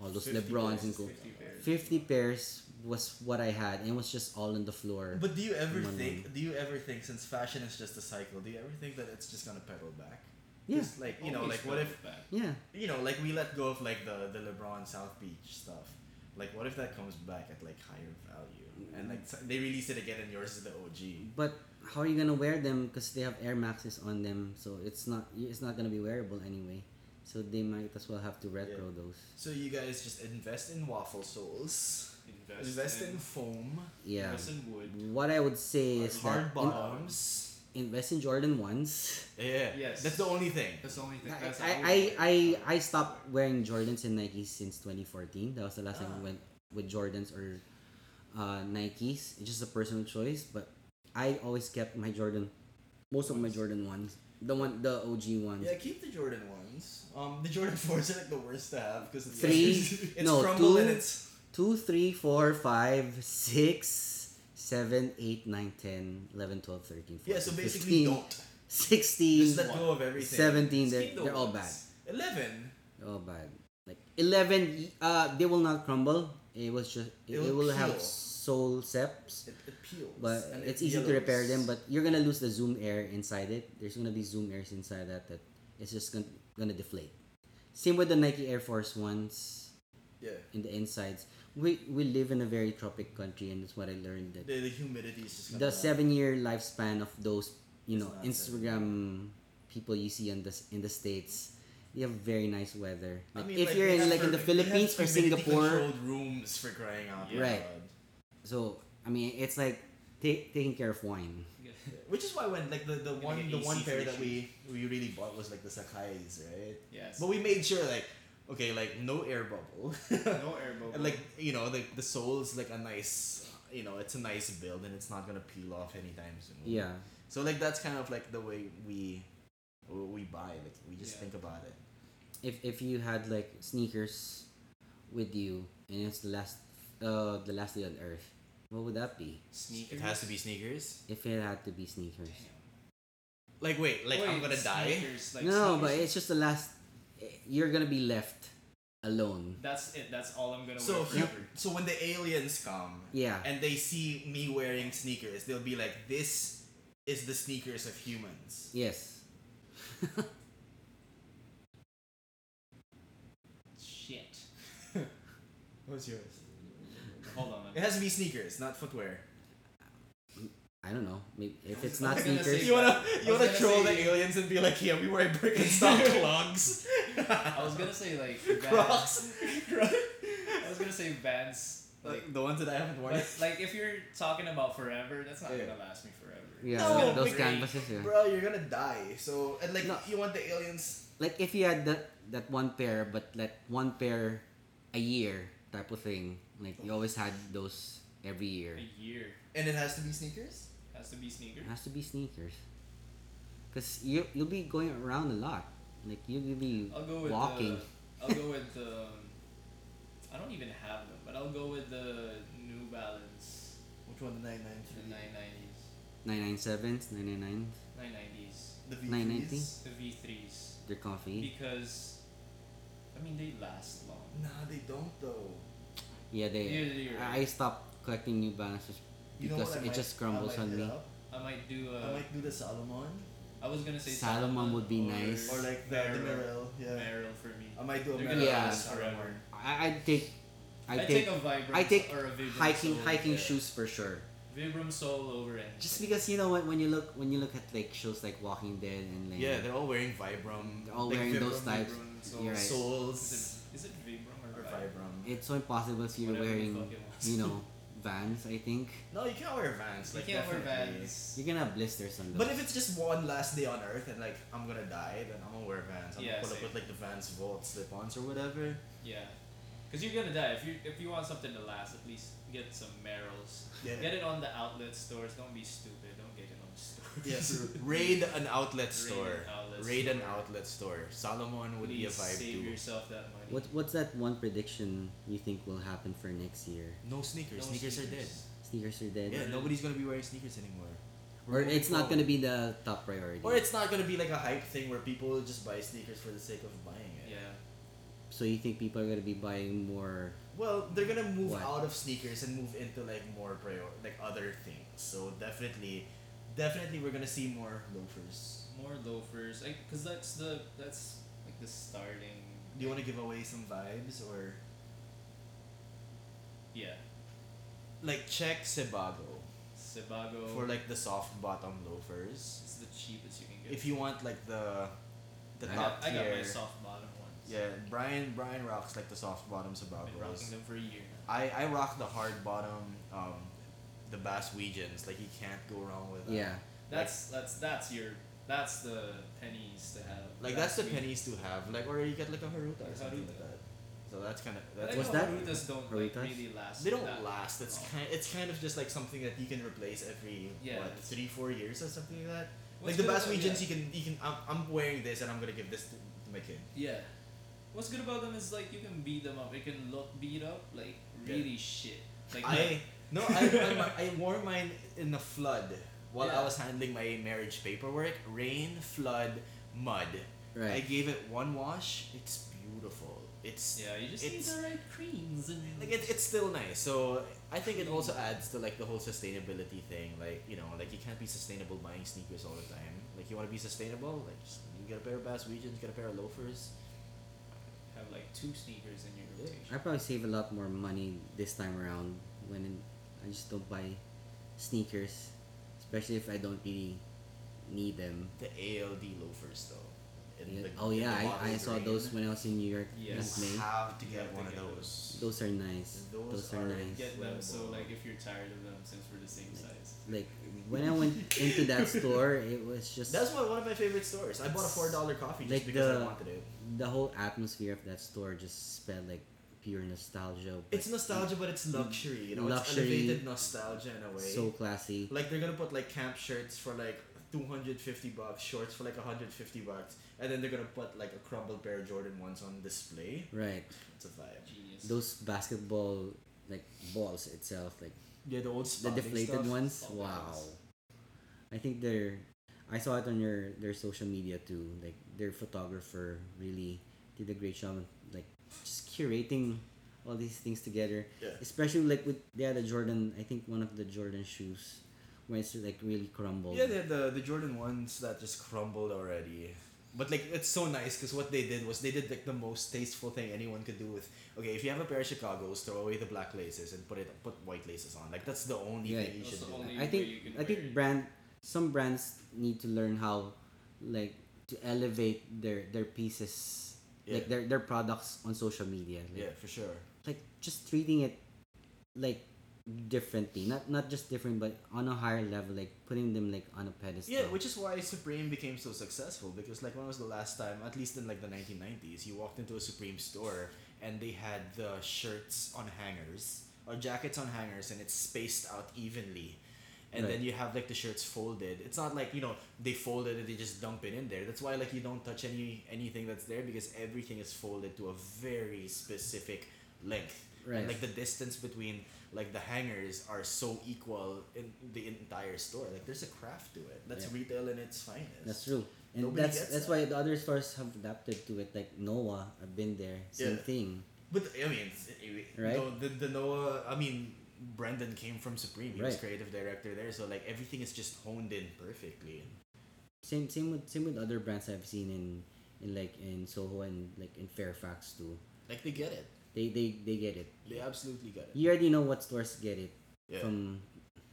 Speaker 1: all those
Speaker 3: 50
Speaker 1: Lebrons
Speaker 3: pairs
Speaker 1: and
Speaker 3: is
Speaker 1: co-
Speaker 3: 50
Speaker 2: pairs.
Speaker 1: fifty pairs was what I had and it was just all on the floor.
Speaker 3: But do you ever
Speaker 1: Money.
Speaker 3: think? Do you ever think? Since fashion is just a cycle, do you ever think that it's just gonna pedal back?
Speaker 1: Yeah.
Speaker 3: Just like you know,
Speaker 2: Always
Speaker 3: like what
Speaker 2: front
Speaker 3: if
Speaker 2: to back.
Speaker 1: yeah,
Speaker 3: you know, like we let go of like the the LeBron South Beach stuff. Like what if that comes back at like higher value? And like s- they release it again, and yours is the OG.
Speaker 1: But how are you gonna wear them? Because they have Air Maxes on them, so it's not it's not gonna be wearable anyway. So they might as well have to retro those.
Speaker 3: So you guys just invest in waffle soles.
Speaker 2: Invest,
Speaker 3: Invest
Speaker 2: in,
Speaker 3: in foam.
Speaker 1: Yeah.
Speaker 2: invest in wood.
Speaker 1: What I would say is that
Speaker 3: Hard
Speaker 1: in-
Speaker 3: bottoms.
Speaker 1: invest in Jordan ones.
Speaker 3: Yeah.
Speaker 2: Yes.
Speaker 3: That's the only thing.
Speaker 2: That's the only thing.
Speaker 1: I,
Speaker 2: That's the only-
Speaker 1: I, I I stopped wearing Jordans and Nikes since 2014. That was the last time I
Speaker 3: Ah.
Speaker 1: went with Jordans or uh, Nikes. It's just a personal choice, but I always kept my Jordan, most of my Jordan ones, the one the OG ones.
Speaker 3: Yeah, keep the Jordan ones. Um, the Jordan fours are like the worst to have because it's
Speaker 1: Three,
Speaker 3: it's
Speaker 1: no,
Speaker 3: crumble
Speaker 1: two.
Speaker 3: and it's
Speaker 1: two, three, four, five, six, seven, eight, nine, 10, 11, 12, 13, 14,
Speaker 3: yeah. So
Speaker 1: 15,
Speaker 3: basically, don't
Speaker 1: 16,
Speaker 3: just let go of everything.
Speaker 1: 17,
Speaker 2: Just
Speaker 1: they're,
Speaker 2: keep the
Speaker 1: they're all
Speaker 2: ones.
Speaker 1: bad.
Speaker 3: Eleven.
Speaker 1: They're all bad. Oh, Like 11, uh, they will not crumble. It was just, it, it
Speaker 3: It will
Speaker 1: will have
Speaker 3: peel.
Speaker 1: sole seps.
Speaker 3: It, it peels.
Speaker 1: But
Speaker 3: and
Speaker 1: it's
Speaker 3: it
Speaker 1: easy to repair
Speaker 3: yellows.
Speaker 1: them, but you're gonna lose the zoom air inside it. There's gonna be zoom airs inside that that it's just gonna, gonna deflate. Same with the Nike Air Force ones
Speaker 3: yeah,
Speaker 1: in the insides. We we live in a very tropic country, and that's what I learned that
Speaker 3: the, the humidity is just gonna
Speaker 1: the
Speaker 3: melt.
Speaker 1: seven year lifespan of those you
Speaker 3: It's
Speaker 1: know
Speaker 3: not
Speaker 1: Instagram people you see in the in the states. They have very nice weather.
Speaker 3: I
Speaker 1: Like,
Speaker 3: mean,
Speaker 1: if you're
Speaker 3: they
Speaker 1: in
Speaker 3: have
Speaker 1: like in
Speaker 3: per-
Speaker 1: the Philippines or
Speaker 3: they have humidity
Speaker 1: Singapore,
Speaker 3: controlled rooms for crying out
Speaker 2: Yeah.
Speaker 1: Right.
Speaker 3: loud.
Speaker 1: so I mean it's like take, taking care of wine.
Speaker 3: Which is why when like the, the
Speaker 2: Gonna
Speaker 3: one
Speaker 2: get
Speaker 3: the
Speaker 2: AC
Speaker 3: one pair
Speaker 2: for
Speaker 3: that
Speaker 2: sure.
Speaker 3: we we really bought was like the Sakai's, right?
Speaker 2: Yes.
Speaker 3: But we made sure like okay, like no air bubble.
Speaker 2: no air bubble.
Speaker 3: And like you know, like the sole's like a nice you know, it's a nice build and it's not gonna peel off anytime soon.
Speaker 1: Yeah.
Speaker 3: So like that's kind of like the way we we buy. Like we just
Speaker 2: Yeah.
Speaker 3: think about it.
Speaker 1: If if you had like sneakers with you and it's the last uh the last day on earth, what would that be?
Speaker 2: sneakers.
Speaker 3: It has to be sneakers.
Speaker 1: If it had to be sneakers.
Speaker 2: Damn.
Speaker 3: Like wait, like I'm
Speaker 2: Wait,
Speaker 3: gonna die.
Speaker 2: sneakers, like
Speaker 1: no, but
Speaker 2: sneakers.
Speaker 1: it's just the last. eh, You're gonna be left alone.
Speaker 2: that's it. That's all I'm gonna
Speaker 3: So
Speaker 2: wear
Speaker 3: you,
Speaker 2: forever.
Speaker 3: so when the aliens come
Speaker 1: Yeah.
Speaker 3: and they see me wearing sneakers, they'll be like, "This is the sneakers of humans."
Speaker 1: yes.
Speaker 2: Shit.
Speaker 3: What's yours?
Speaker 2: Hold on.
Speaker 3: It has to be sneakers, not footwear.
Speaker 1: I don't know. Maybe if it's
Speaker 2: I was
Speaker 1: not
Speaker 2: gonna
Speaker 1: sneakers.
Speaker 2: say-
Speaker 3: You wanna
Speaker 2: I
Speaker 3: you
Speaker 2: was
Speaker 3: wanna
Speaker 2: gonna
Speaker 3: troll
Speaker 2: say-
Speaker 3: the aliens and be like, "Yeah, we wear Birkenstock clogs."
Speaker 2: I was gonna say like Vans.
Speaker 3: Crocs. Uh,
Speaker 2: I was gonna say Vans. Like,
Speaker 3: Like, the ones that I haven't worn.
Speaker 2: but like if you're talking about forever, that's not
Speaker 3: Yeah.
Speaker 2: gonna last me forever.
Speaker 1: Yeah,
Speaker 2: It's gonna
Speaker 3: No,
Speaker 1: those
Speaker 3: but-
Speaker 2: break.
Speaker 1: canvases. Yeah.
Speaker 3: Bro, you're gonna die. So and like
Speaker 1: No.
Speaker 3: you want the aliens.
Speaker 1: Like if you had that that one pair, but like one pair a year type of thing. Like you always had those every year.
Speaker 2: A year
Speaker 3: And it has to be sneakers?
Speaker 2: has to be sneakers.
Speaker 1: It has to be sneakers. Cause you you'll be going around a lot. Like you'll be
Speaker 2: I'll go with
Speaker 1: Uh,
Speaker 2: uh,
Speaker 1: walking.
Speaker 2: The, I'll go with the. um, I don't even have them, but I'll go with the New Balance,
Speaker 3: Which one? The 990?
Speaker 2: the nine nineties,
Speaker 1: Nine nine sevens, nine nine nines.
Speaker 2: nine nineties,
Speaker 3: The
Speaker 1: 990?
Speaker 3: V3s?
Speaker 2: the V threes,
Speaker 1: They're comfy.
Speaker 2: because, I mean, they last long.
Speaker 3: Nah, they don't though.
Speaker 1: Yeah, they.
Speaker 2: Yeah, you're
Speaker 1: I I stopped collecting New Balances
Speaker 3: You know
Speaker 1: because
Speaker 3: what I
Speaker 1: it
Speaker 3: might-
Speaker 1: just
Speaker 3: I
Speaker 1: crumbles
Speaker 3: might
Speaker 1: on
Speaker 3: hit
Speaker 1: me.
Speaker 3: up?
Speaker 2: I might do. Uh,
Speaker 3: I might do the Salomon
Speaker 2: I was gonna say
Speaker 1: Salomon would be nice.
Speaker 3: or like the, the Merrell. Yeah,
Speaker 2: Merrill for me.
Speaker 3: I might do a
Speaker 2: They're
Speaker 3: Merrell.
Speaker 2: gonna
Speaker 1: Yeah.
Speaker 2: last forever.
Speaker 1: I I'd take.
Speaker 2: I,
Speaker 1: I
Speaker 2: take,
Speaker 1: take.
Speaker 2: a Vibram
Speaker 1: I take
Speaker 2: or a Vibram
Speaker 1: hiking
Speaker 2: Soul.
Speaker 1: hiking
Speaker 2: yeah.
Speaker 1: shoes for sure.
Speaker 2: Vibram Soul over anything.
Speaker 1: Just because you know when, when you look when you look at like shows like Walking Dead and like
Speaker 3: Yeah, they're all wearing Vibram.
Speaker 1: They're all
Speaker 3: like
Speaker 1: wearing
Speaker 3: Vibram
Speaker 1: those types.
Speaker 2: Vibram Soul.
Speaker 1: You're right.
Speaker 3: Souls
Speaker 2: Is it, is it Vibram or,
Speaker 3: or
Speaker 2: Vibram?
Speaker 3: Vibram.
Speaker 1: it's so impossible if you're
Speaker 2: Whatever the
Speaker 1: wearing
Speaker 2: fuck it was.
Speaker 1: you know Vans. I think
Speaker 3: No, you can't wear Vans.
Speaker 2: You
Speaker 3: Like,
Speaker 2: can't wear
Speaker 3: definitely.
Speaker 2: Vans.
Speaker 1: you're gonna have blisters on those.
Speaker 3: But if it's just one last day on Earth and like I'm gonna die, then I'm gonna wear Vans. I'm
Speaker 2: Yeah,
Speaker 3: gonna
Speaker 2: same.
Speaker 3: put like the Vans Vault slip-ons or whatever.
Speaker 2: Yeah. Because you're gonna die if you if you want something to last. At least get some Merrills.
Speaker 3: Yeah.
Speaker 2: Get it on the outlet stores. Don't be stupid. Don't get it on the stores.
Speaker 3: Yes. Raid an outlet store.
Speaker 2: Raid an outlet
Speaker 3: Raid an
Speaker 2: store.
Speaker 3: outlet store. Salomon would be a
Speaker 2: Please
Speaker 3: vibe
Speaker 2: save
Speaker 3: too.
Speaker 2: yourself that money.
Speaker 1: what what's that one prediction you think will happen for next year?
Speaker 3: No sneakers.
Speaker 2: No
Speaker 3: sneakers, are dead.
Speaker 1: Sneakers are dead.
Speaker 3: Yeah, nobody's gonna be wearing sneakers anymore.
Speaker 1: Or
Speaker 3: We're
Speaker 1: it's not
Speaker 3: moving
Speaker 1: gonna be the top priority.
Speaker 3: forward. Or it's not gonna be like a hype thing where people just buy sneakers for the sake of buying it.
Speaker 2: Yeah.
Speaker 1: so you think people are gonna be buying more?
Speaker 3: Well, they're gonna move
Speaker 1: What?
Speaker 3: out of sneakers and move into like more prior like other things. So definitely, definitely we're gonna see more loafers.
Speaker 2: More loafers. I, Cause that's the that's like the starting.
Speaker 3: Do you want to give away some vibes or
Speaker 2: Yeah.
Speaker 3: like check Sebago
Speaker 2: Sebago.
Speaker 3: for like the soft bottom loafers?
Speaker 2: It's the cheapest you can get.
Speaker 3: If you want like the the
Speaker 1: I
Speaker 2: I
Speaker 3: top
Speaker 2: got, I
Speaker 3: tier,
Speaker 2: got my soft bottom ones.
Speaker 3: yeah. Brian Brian rocks like the soft bottom
Speaker 2: I've been
Speaker 3: Sebagos.
Speaker 2: rocking them for a year now.
Speaker 3: I I rock the hard bottom um the Baswegians like you can't go wrong with that.
Speaker 1: Yeah,
Speaker 2: That's that's that's your that's the pennies to have.
Speaker 3: Like that's the
Speaker 2: we-
Speaker 3: pennies to have, like or you get like a haruta or
Speaker 2: Like
Speaker 3: something like
Speaker 2: Haruta.
Speaker 3: that. So that's kind of
Speaker 2: I
Speaker 3: that's
Speaker 1: Was
Speaker 2: know
Speaker 1: that-
Speaker 2: Harutas don't like,
Speaker 1: Harutas?
Speaker 2: really last.
Speaker 3: they don't
Speaker 2: that
Speaker 3: last. It's
Speaker 2: long.
Speaker 3: kind it's kind of just like something that you can replace every
Speaker 2: Yeah,
Speaker 3: what
Speaker 2: it's-
Speaker 3: three four years or something like that.
Speaker 2: What's
Speaker 3: like the
Speaker 2: good
Speaker 3: best
Speaker 2: about-
Speaker 3: regions,
Speaker 2: yeah.
Speaker 3: you can you can I'm, I'm wearing this and I'm gonna give this to, to my kid.
Speaker 2: Yeah. What's good about them is like you can beat them up. It can look beat up like
Speaker 3: Yeah.
Speaker 2: really shit. Like
Speaker 3: I no I I, I wore mine in a flood while
Speaker 2: Yeah.
Speaker 3: I was handling my marriage paperwork. Rain, flood, mud. I
Speaker 1: right.
Speaker 3: gave it one wash. It's beautiful. It's
Speaker 2: yeah, you just
Speaker 3: it's-
Speaker 2: need the right creams and
Speaker 3: like it, it's still nice so i think it also adds to like the whole sustainability thing like you know like you can't be sustainable buying sneakers all the time like you want to be sustainable like just, you get a pair of bass regions get a pair of loafers
Speaker 2: have like two sneakers in your
Speaker 3: Yeah.
Speaker 2: rotation.
Speaker 1: I probably save a lot more money this time around when I just don't buy sneakers, especially if I don't really need them.
Speaker 3: the ald loafers though in
Speaker 1: Yeah.
Speaker 3: the
Speaker 1: oh
Speaker 3: in the
Speaker 1: yeah, I, I
Speaker 3: bottle
Speaker 1: saw
Speaker 3: green.
Speaker 1: those when I was in New York
Speaker 2: Yes.
Speaker 1: last
Speaker 3: You
Speaker 1: May.
Speaker 3: have to
Speaker 2: You
Speaker 3: get
Speaker 2: have to
Speaker 3: one of
Speaker 2: get them.
Speaker 3: those.
Speaker 1: Those are nice.
Speaker 3: Those
Speaker 1: Those, are,
Speaker 3: are-
Speaker 1: nice.
Speaker 2: Get them so
Speaker 3: Affordable.
Speaker 2: like if you're tired of them since we're the same size.
Speaker 1: Like when I went into that store, it was just
Speaker 3: That's my, one of my favorite stores. I bought a four dollar coffee just
Speaker 1: Like
Speaker 3: because
Speaker 1: the-
Speaker 3: I wanted it.
Speaker 1: the whole atmosphere of that store just spelled like pure nostalgia. but
Speaker 3: It's nostalgia, but it's luxury. You know,
Speaker 1: Luxury.
Speaker 3: it's elevated nostalgia in a way.
Speaker 1: so classy.
Speaker 3: like they're gonna put like camp shirts for like 250 bucks, shorts for like 150 bucks, and then they're gonna put like a crumbled pair of Jordan ones on display.
Speaker 1: Right.
Speaker 3: It's a vibe.
Speaker 2: Genius.
Speaker 1: Those basketball like balls itself, like
Speaker 3: Yeah, the old
Speaker 1: the deflated ones.
Speaker 2: Spalding
Speaker 1: wow.
Speaker 2: ones.
Speaker 1: I think they're. I saw it on your their social media too. Like their photographer really did a great job, of, like just curating all these things together.
Speaker 3: Yeah.
Speaker 1: Especially like with yeah the Jordan. I think one of the Jordan shoes where it's like really crumbled.
Speaker 3: Yeah, the, the the Jordan ones that just crumbled already. But like it's so nice because what they did was they did like the most tasteful thing anyone could do with. Okay, if you have a pair of Chicago's, throw away the black laces and put it put white laces on. Like that's the only
Speaker 1: Yeah.
Speaker 3: thing you
Speaker 2: That's
Speaker 3: should
Speaker 2: the
Speaker 3: do.
Speaker 2: only
Speaker 1: I
Speaker 2: way you
Speaker 1: think
Speaker 2: can
Speaker 1: I
Speaker 2: wear
Speaker 1: think
Speaker 2: it.
Speaker 1: brand some brands need to learn how like to elevate their their pieces like
Speaker 3: Yeah.
Speaker 1: their their products on social media like,
Speaker 3: Yeah, for sure.
Speaker 1: like just treating it like differently not not just different but on a higher level like putting them like on a pedestal
Speaker 3: Yeah, which is why Supreme became so successful because like when was the last time, at least in like the 1990s, you walked into a Supreme store and they had the shirts on hangers or jackets on hangers and it's spaced out evenly. And
Speaker 1: Right.
Speaker 3: then you have like the shirts folded. It's not like, you know, they fold it and they just dump it in there. That's why like you don't touch any anything that's there because everything is folded to a very specific length.
Speaker 1: Right.
Speaker 3: And, like the distance between like the hangers are so equal in the entire store. Like there's a craft to it. That's
Speaker 1: Yeah.
Speaker 3: retail in its finest.
Speaker 1: that's true and
Speaker 3: Nobody
Speaker 1: that's
Speaker 3: gets
Speaker 1: that's
Speaker 3: that.
Speaker 1: why the other stores have adapted to it like Noah I've been there same
Speaker 3: Yeah.
Speaker 1: thing
Speaker 3: But I mean, it's- it-
Speaker 1: Right.
Speaker 3: no, the, the Noah. I mean, Brendan came from Supreme. He was
Speaker 1: Right.
Speaker 3: creative director there, so like everything is just honed in perfectly.
Speaker 1: same same with same with other brands I've seen in in like in Soho and like in Fairfax too
Speaker 3: Like they get it.
Speaker 1: They they they get it.
Speaker 3: They absolutely get it.
Speaker 1: You already know what stores get it
Speaker 3: Yeah.
Speaker 1: from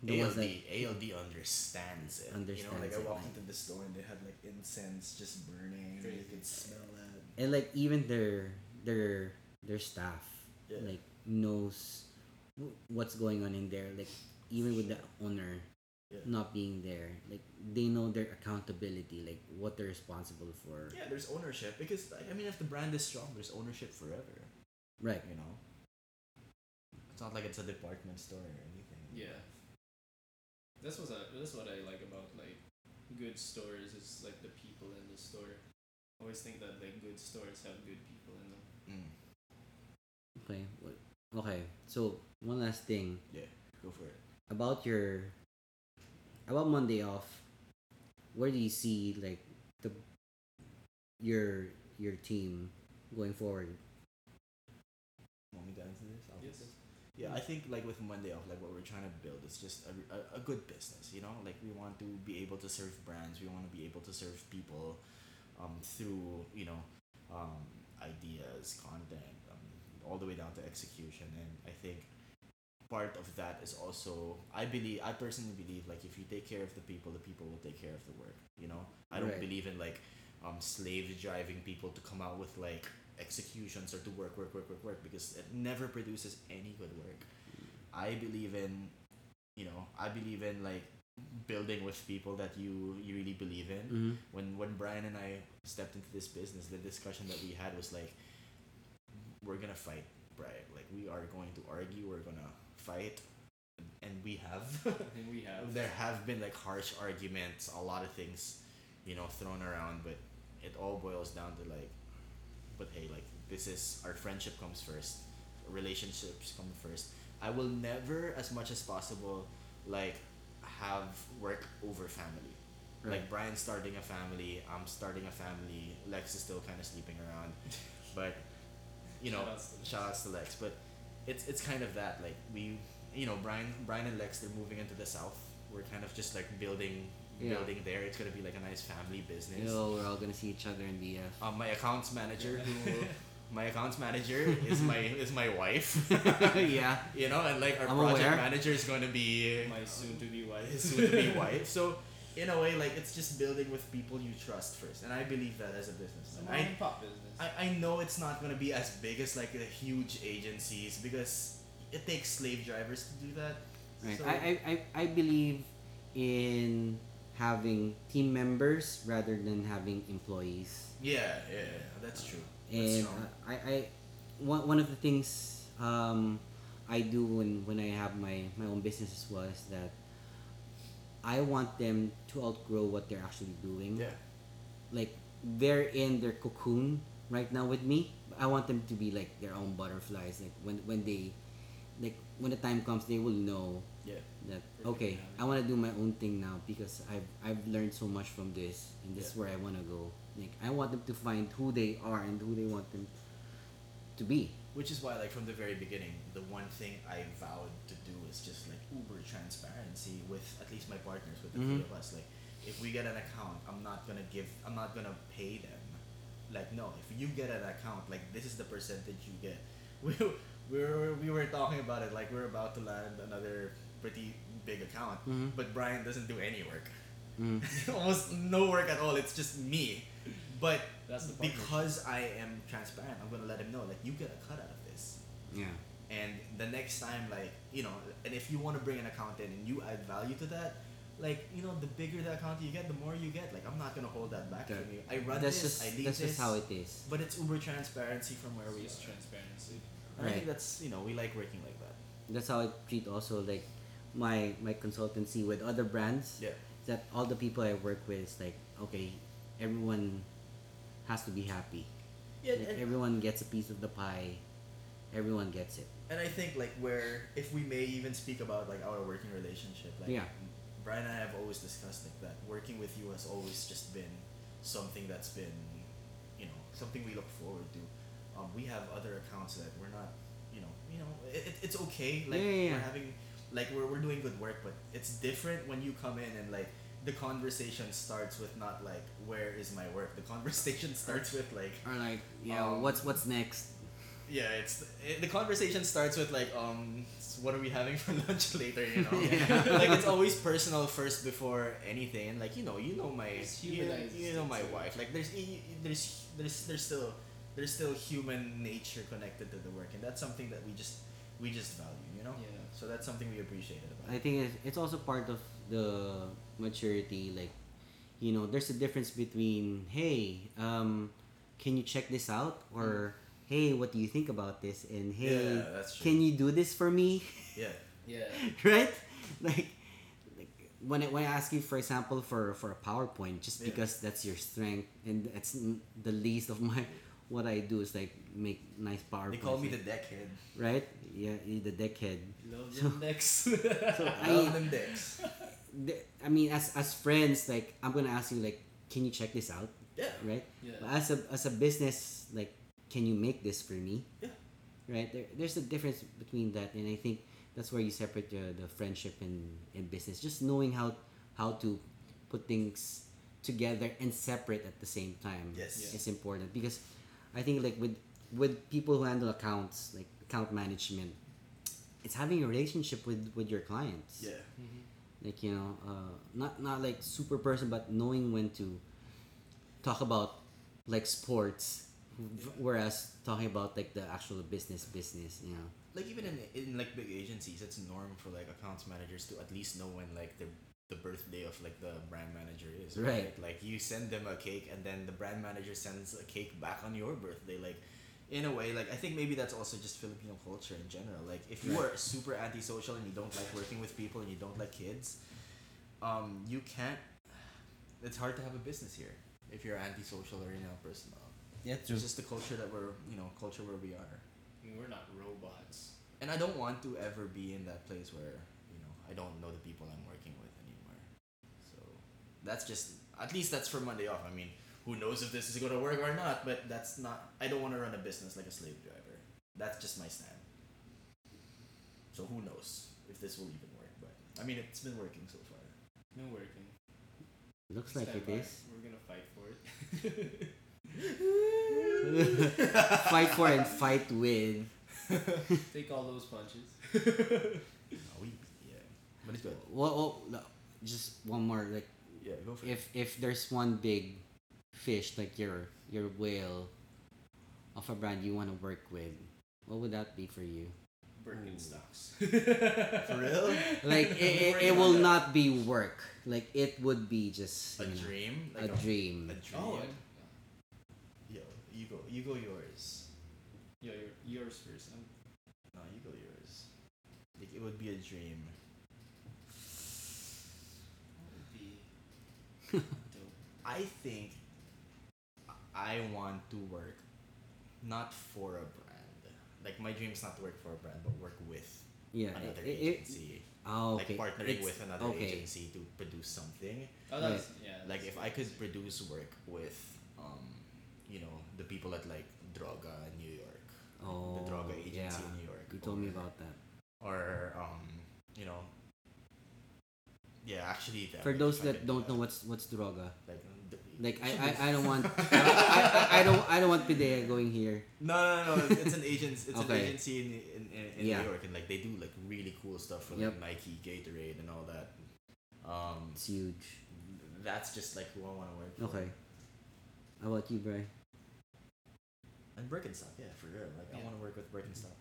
Speaker 1: the ones
Speaker 3: ALD,
Speaker 1: that
Speaker 3: ALD understands it. you know,
Speaker 1: Understands
Speaker 3: like I
Speaker 1: it,
Speaker 3: walked
Speaker 1: like-
Speaker 3: into the store and they had like incense just burning. and You could smell that.
Speaker 1: and like even their their their staff
Speaker 3: Yeah.
Speaker 1: like knows w- what's going on in there. Like even with the owner
Speaker 3: Yeah.
Speaker 1: not being there, like they know their accountability, like what they're responsible for.
Speaker 3: Yeah, there's ownership because like, I mean, if the brand is strong, there's ownership forever.
Speaker 1: Right.
Speaker 3: you know. It's not like it's a department store or anything.
Speaker 2: Yeah. That's what I, that's what I like about like good stores is like the people in the store. I always think that like good stores have good people in them.
Speaker 3: Mm,
Speaker 1: Okay. What? Okay. So one last thing
Speaker 3: go for it.
Speaker 1: about your about Monday off, where do you see like the your your team going forward?
Speaker 3: Want me to answer this? I'll
Speaker 2: Yes.
Speaker 3: Yeah, I think like with Monday off, like what we're trying to build is just a, a, a good business. You know, like we want to be able to serve brands. We want to be able to serve people, um, through you know, um, ideas, content, um, all the way down to execution. And I think part of that is also I believe I personally believe like if you take care of the people, the people will take care of the work. You know, I don't
Speaker 1: Right.
Speaker 3: believe in like um slave driving people to come out with like executions or to work work work work work because it never produces any good work. I believe in you know I believe in like building with people that you you really believe in
Speaker 1: Mm-hmm.
Speaker 3: when when Brian and I stepped into this business, the discussion that we had was like, we're gonna fight, Brian. Like we are going to argue. We're gonna fight, and we have.
Speaker 2: I think we have.
Speaker 3: there have been like harsh arguments, a lot of things, you know, thrown around, but it all boils down to like, but hey, like this is our friendship comes first, relationships come first. I will never, as much as possible, like have work over family.
Speaker 1: Right.
Speaker 3: Like Brian's starting a family, I'm starting a family. Lex is still kind of sleeping around, but you know,
Speaker 2: Shoutouts to Lex.
Speaker 3: shout outs to Lex. But it's it's kind of that like we, you know, Brian Brian and Lex they're moving into the south. We're kind of just like building
Speaker 1: Yeah.
Speaker 3: building there. It's gonna be like a nice family business.
Speaker 1: Yo, we're all gonna see each other in BF.
Speaker 3: Um, my accounts manager who. My accounts manager is my is my wife,
Speaker 1: yeah.
Speaker 3: you know, and like our
Speaker 1: I'm
Speaker 3: project
Speaker 1: aware.
Speaker 3: manager is going to be
Speaker 2: my soon to be wife.
Speaker 3: his soon to be wife. So in a way, like it's just building with people you trust first, and I believe that as a businessman.
Speaker 2: Some
Speaker 3: I,
Speaker 2: mom and pop business.
Speaker 3: I, I know it's not gonna be as big as like the huge agencies because it takes slave drivers to do that.
Speaker 1: Right.
Speaker 3: So,
Speaker 1: I, I, I, I believe in having team members rather than having employees.
Speaker 3: yeah, yeah, yeah, that's true. That's
Speaker 1: And uh,
Speaker 3: strong.
Speaker 1: I, I one, one of the things um, I do when, when I have my, my own businesses was that I want them to outgrow what they're actually doing.
Speaker 3: Yeah,
Speaker 1: Like they're in their cocoon right now with me. I want them to be like their own butterflies. Like when, when they like when the time comes they will know
Speaker 3: yeah,
Speaker 1: that
Speaker 2: Perfect
Speaker 1: okay
Speaker 2: analogy.
Speaker 1: i want to do my own thing now because i've i've learned so much from this and this is
Speaker 3: Yeah.
Speaker 1: where i want to go like i want them to find who they are and who they want them to be
Speaker 3: which is why like from the very beginning, the one thing I vowed to do is just like uber transparency with at least my partners, with the three
Speaker 2: Mm-hmm.
Speaker 1: Mhm.
Speaker 3: of us. Like, if we get an account, I'm not gonna give, I'm not gonna pay them. Like, no, if you get an account, like this is the percentage you get. We we were, we were talking about it, like we're about to land another pretty big account,
Speaker 2: Mm-hmm.
Speaker 1: Mhm.
Speaker 3: but Brian doesn't do any work.
Speaker 1: mm.
Speaker 3: almost no work at all. It's just me. But
Speaker 2: That's the partnership.
Speaker 3: because I am transparent, I'm gonna let him know like you get a cut out of this.
Speaker 1: yeah
Speaker 3: And the next time, like you know, and if you want to bring an account in and you add value to that, like you know, the bigger the account you get, the more you get. Like I'm not gonna hold that back
Speaker 1: That-
Speaker 3: from you. I run
Speaker 1: that's just
Speaker 3: this. I lead
Speaker 1: that's
Speaker 3: this.
Speaker 1: just how it is
Speaker 3: But it's uber transparency from where we
Speaker 2: It's
Speaker 3: are.
Speaker 2: just transparency.
Speaker 3: And I
Speaker 1: Right.
Speaker 3: think that's you know we like working like that.
Speaker 1: that's how i treat also like my my consultancy with other brands
Speaker 3: Yeah.
Speaker 1: that all the people i work with is like okay everyone has to be happy
Speaker 3: Yeah,
Speaker 1: Like,
Speaker 3: and-
Speaker 1: everyone gets a piece of the pie everyone gets it
Speaker 3: and I think like where if we may even speak about like our working relationship, like
Speaker 1: Yeah.
Speaker 3: Brian and I have always discussed like that working with you has always just been something that's been, you know, something we look forward to. Um, we have other accounts that we're not, you know, you know, it, it- it's okay. Like
Speaker 1: Yeah, yeah,
Speaker 3: we're
Speaker 1: yeah.
Speaker 3: having, like we're we're doing good work, but it's different when you come in and like the conversation starts with not like where is my work. The conversation starts with like
Speaker 1: or like yeah Oh,
Speaker 3: Um,
Speaker 1: what's what's next
Speaker 3: yeah, it's it, the conversation starts with like, um, s- what are we having for lunch later? You know,
Speaker 1: Yeah.
Speaker 3: like it's always personal first before anything, and like you know, you know my
Speaker 2: It's
Speaker 3: you, know-
Speaker 2: humanized
Speaker 3: you know my
Speaker 2: too.
Speaker 3: wife. Like there's y- y- there's there's there's still there's still human nature connected to the work, and that's something that we just we just value, you know.
Speaker 2: Yeah.
Speaker 3: So that's something we appreciated about.
Speaker 1: I
Speaker 3: it.
Speaker 1: think it's, it's also part of the maturity. Like, you know, there's a difference between, hey, um, can you check this out? Or, hey, what do you think about this? And, hey,
Speaker 3: Mm. yeah, that's true.
Speaker 1: can you do this for me?
Speaker 3: yeah,
Speaker 2: Yeah.
Speaker 1: right? Like, like when I, when I ask you, for example, for, for a PowerPoint, just
Speaker 3: Yeah.
Speaker 1: because that's your strength and that's n- the least of my what I do is like make nice PowerPoint.
Speaker 3: they call me the deckhead.
Speaker 1: right? Yeah, you the deckhead.
Speaker 2: Love
Speaker 1: So-
Speaker 2: them next.
Speaker 1: So I-
Speaker 3: I love them decks.
Speaker 1: the- I mean, as as friends, like I'm gonna ask you, like, can you check this out,
Speaker 3: Yeah,
Speaker 1: right?
Speaker 2: Yeah.
Speaker 1: But as a as a business, like, can you make this for me?
Speaker 3: Yeah.
Speaker 1: Right. There, there's a difference between that, and I think that's where you separate the, the friendship and, and business. Just knowing how how to put things together and separate at the same time
Speaker 3: Yes.
Speaker 2: Yeah.
Speaker 1: is important because I think like with with people who handle accounts, like account management, it's having a relationship with with your clients
Speaker 3: yeah,
Speaker 2: Mm-hmm.
Speaker 1: like you know uh, not not like super person but knowing when to talk about like sports v- whereas talking about like the actual business business you know
Speaker 3: like even in, in like big agencies it's norm for like accounts managers to at least know when like the the birthday of like the brand manager is
Speaker 1: Right.
Speaker 3: like you send them a cake and then the brand manager sends a cake back on your birthday like in a way like i think maybe that's also just filipino culture in general like if you are super antisocial and you don't like working with people and you don't like kids um you can't it's hard to have a business here if you're antisocial or you know personal
Speaker 1: yeah
Speaker 3: it's just the culture that we're you know culture where we are
Speaker 2: I mean, we're not robots.
Speaker 3: and I don't want to ever be in that place where you know I don't know the people I'm working with anymore. So that's just at least that's for Monday off. I mean, who knows if this is gonna work or not? But that's not. I don't want to run a business like a slave driver. That's just my stand. So who knows if this will even work? But I mean, it's been working so far.
Speaker 2: No working.
Speaker 1: looks like
Speaker 2: Stand
Speaker 1: it
Speaker 2: by.
Speaker 1: is
Speaker 2: We're gonna fight for it.
Speaker 1: fight for and fight with
Speaker 2: Take all those punches.
Speaker 3: No, Oh, we, yeah, but it's good.
Speaker 1: well, well, no, just one more like
Speaker 3: Yeah, go for it.
Speaker 1: if if there's one big fish like your your whale of a brand you want to work with what would that be for you
Speaker 2: Birkenstocks.
Speaker 3: For real?
Speaker 1: like it, it, it will not be work like it would be just
Speaker 3: A
Speaker 1: you know,
Speaker 3: dream?
Speaker 1: a dream
Speaker 3: A dream.
Speaker 2: Oh, and,
Speaker 3: Yo, you go. You go yours.
Speaker 2: yeah, your, yours first. Um,
Speaker 3: No, you go yours. Like it would be a dream.
Speaker 2: what would be dope?
Speaker 3: I think I want to work not for a brand. Like my dream is not to work for a brand, but work with
Speaker 1: yeah
Speaker 3: another
Speaker 1: it, it, it-
Speaker 3: agency.
Speaker 1: oh, okay.
Speaker 3: Like partnering
Speaker 1: It's-
Speaker 3: with another
Speaker 1: okay.
Speaker 3: agency to produce something.
Speaker 2: Oh, that's yeah.
Speaker 3: Like
Speaker 2: that's
Speaker 3: if I could produce work with, um, you know, the people at like Droga in New York,
Speaker 1: oh
Speaker 3: the Droga agency
Speaker 1: yeah
Speaker 3: in New York.
Speaker 1: you told me
Speaker 3: or-
Speaker 1: about that
Speaker 3: or um, you know, yeah, actually. That
Speaker 1: for
Speaker 3: would be
Speaker 1: those
Speaker 3: kinda
Speaker 1: that don't know
Speaker 3: bad.
Speaker 1: what's what's droga
Speaker 3: like, d-
Speaker 1: like I, I, I don't want I, I, I- I don't I don't want Pidea going here
Speaker 3: no, no, no. It's an agency. It's an
Speaker 1: Okay.
Speaker 3: agency in in, in, in
Speaker 1: Yeah.
Speaker 3: New York, and like they do like really cool stuff for like
Speaker 1: Yep.
Speaker 3: Nike, Gatorade, and all that. Um,
Speaker 1: it's huge
Speaker 3: that's just like who I want to work. For.
Speaker 1: okay how about you Bray
Speaker 3: And Birkenstock, yeah, for real. Like I
Speaker 2: Yeah.
Speaker 3: want to work with Birkenstock.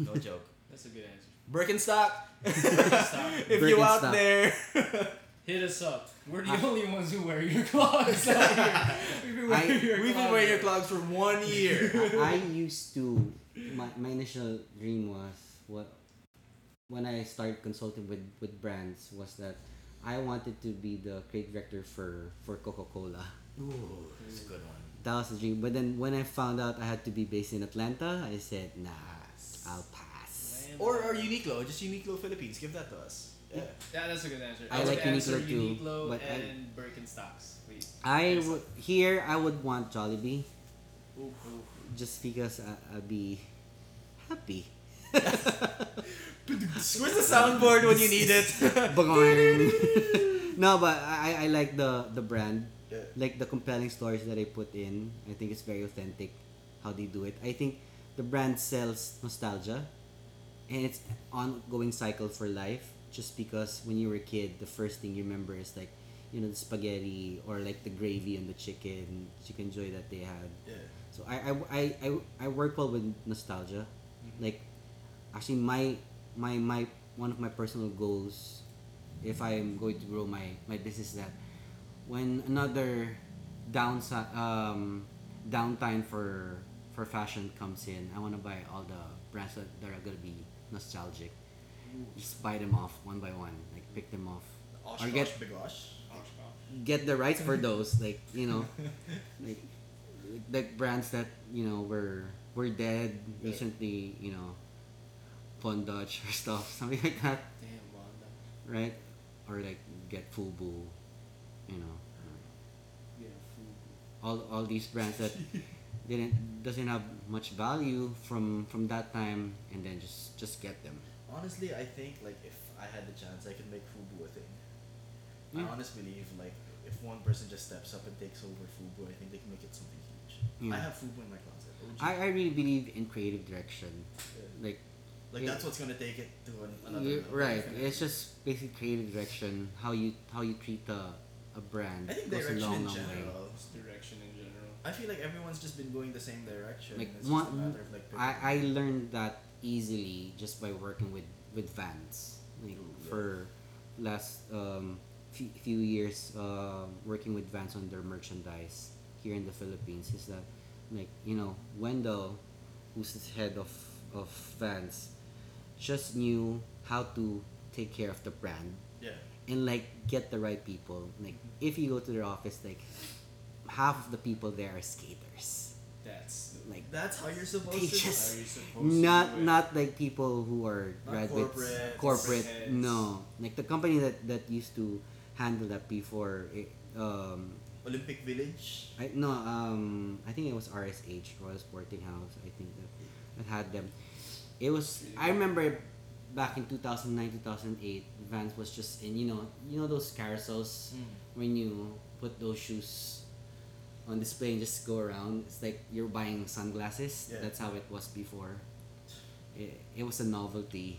Speaker 3: No joke.
Speaker 2: That's a good answer.
Speaker 3: Birkenstock.
Speaker 2: Birkenstock.
Speaker 3: if you out
Speaker 1: Birkenstock.
Speaker 3: there,
Speaker 2: Hit us up. We're the
Speaker 1: I-
Speaker 2: only ones who wear your clothes. out here. We've been wearing
Speaker 1: I-
Speaker 2: your
Speaker 3: we've been
Speaker 2: clothes.
Speaker 3: wearing your clogs for one year.
Speaker 1: I used to my, my initial dream was what when I started consulting with, with brands was that I wanted to be the creative director for, for Coca Cola.
Speaker 3: Ooh, that's a good one.
Speaker 1: That was the dream. But then when I found out I had to be based in Atlanta, I said, nah, I'll pass.
Speaker 2: Man,
Speaker 3: Or or Uniqlo, just Uniqlo Philippines. Give that to us. Yeah.
Speaker 2: Yeah, that's a good answer.
Speaker 1: I
Speaker 2: would
Speaker 1: like
Speaker 2: answer
Speaker 1: Uniqlo too,
Speaker 2: Uniqlo
Speaker 1: but I-
Speaker 2: and Birkenstocks. Wait.
Speaker 1: I would here I would want Jollibee
Speaker 2: Ooh, ooh.
Speaker 1: just because I, I'd be happy.
Speaker 3: Where's the soundboard when you need it?
Speaker 1: Bagarn. no, but I, I- I like the, the brand.
Speaker 3: Yeah.
Speaker 1: Like the compelling stories that I put in. I think it's very authentic how they do it. I think the brand sells nostalgia and it's ongoing cycle for life just because when you were a kid the first thing you remember is like you know the spaghetti or like the gravy on the chicken chicken joy that they had
Speaker 3: yeah.
Speaker 1: so I I, I, I, I work well with nostalgia. Like actually my my my one of my personal goals if I am going to grow my, my business is that when another downside um, downtime for for fashion comes in, I wanna buy all the brands that, that are gonna be nostalgic. Just buy them off one by one, like pick them off.
Speaker 3: Osh,
Speaker 1: Or get-
Speaker 3: Osh, Bigosh.
Speaker 2: Ouch, ouch.
Speaker 1: Get the rights for those, like you know like like brands that you know were were dead
Speaker 3: Yeah.
Speaker 1: recently you know Von Dutch or stuff something like that
Speaker 2: Damn, Wanda.
Speaker 1: right or like get Fubu you know
Speaker 2: Yeah, food.
Speaker 1: all all these brands that didn't doesn't have much value from from that time and then just just get them
Speaker 3: Honestly, I think like if I had the chance, I could make Fubu a thing.
Speaker 1: Yeah.
Speaker 3: I honestly believe like if one person just steps up and takes over Fubu, I think they can make it something huge.
Speaker 1: Yeah.
Speaker 3: I have Fubu in my closet. OG.
Speaker 1: Mm. I, I really believe in creative direction like
Speaker 3: like
Speaker 1: yeah.
Speaker 3: that's what's gonna take it to an, another
Speaker 1: you-
Speaker 3: level.
Speaker 1: right
Speaker 3: definitely.
Speaker 1: it's just basic creative direction how you how you treat a, a brand
Speaker 3: I think
Speaker 1: goes a
Speaker 3: direction
Speaker 1: long
Speaker 3: in
Speaker 1: long way
Speaker 3: general.
Speaker 2: Just direction in general.
Speaker 3: I feel like everyone's just been going the same direction.
Speaker 1: Like,
Speaker 3: it's just a
Speaker 1: one-
Speaker 3: matter of like.
Speaker 1: I, I learned that easily just by working with with Vans like
Speaker 3: Ooh, yeah.
Speaker 1: for last um, few, few years um working with Vans on their merchandise here in the Philippines is that like you know Wendell who's the head of of Vans just knew how to take care of the brand
Speaker 3: Yeah.
Speaker 1: and like get the right people like if you go to their office like half of the people there are skaters
Speaker 2: That's the,
Speaker 1: like
Speaker 3: That's how you're supposed
Speaker 1: They
Speaker 3: to.
Speaker 1: just-
Speaker 2: how you're supposed to
Speaker 1: not
Speaker 2: do it.
Speaker 1: not like people who are
Speaker 3: Not
Speaker 1: graduates
Speaker 3: corporate,
Speaker 1: corporate,
Speaker 2: corporate heads.
Speaker 1: no like the company that that used to handle that before it, um
Speaker 3: Olympic Village.
Speaker 1: I no um I think it was RSH Royal Sporting House I think that, that had them it was I remember back in 2009 2008 Vans was just in you know you know those carousels when you put those shoes on display and just go around it's like you're buying sunglasses
Speaker 3: Yeah.
Speaker 1: that's how it was before it, it was a novelty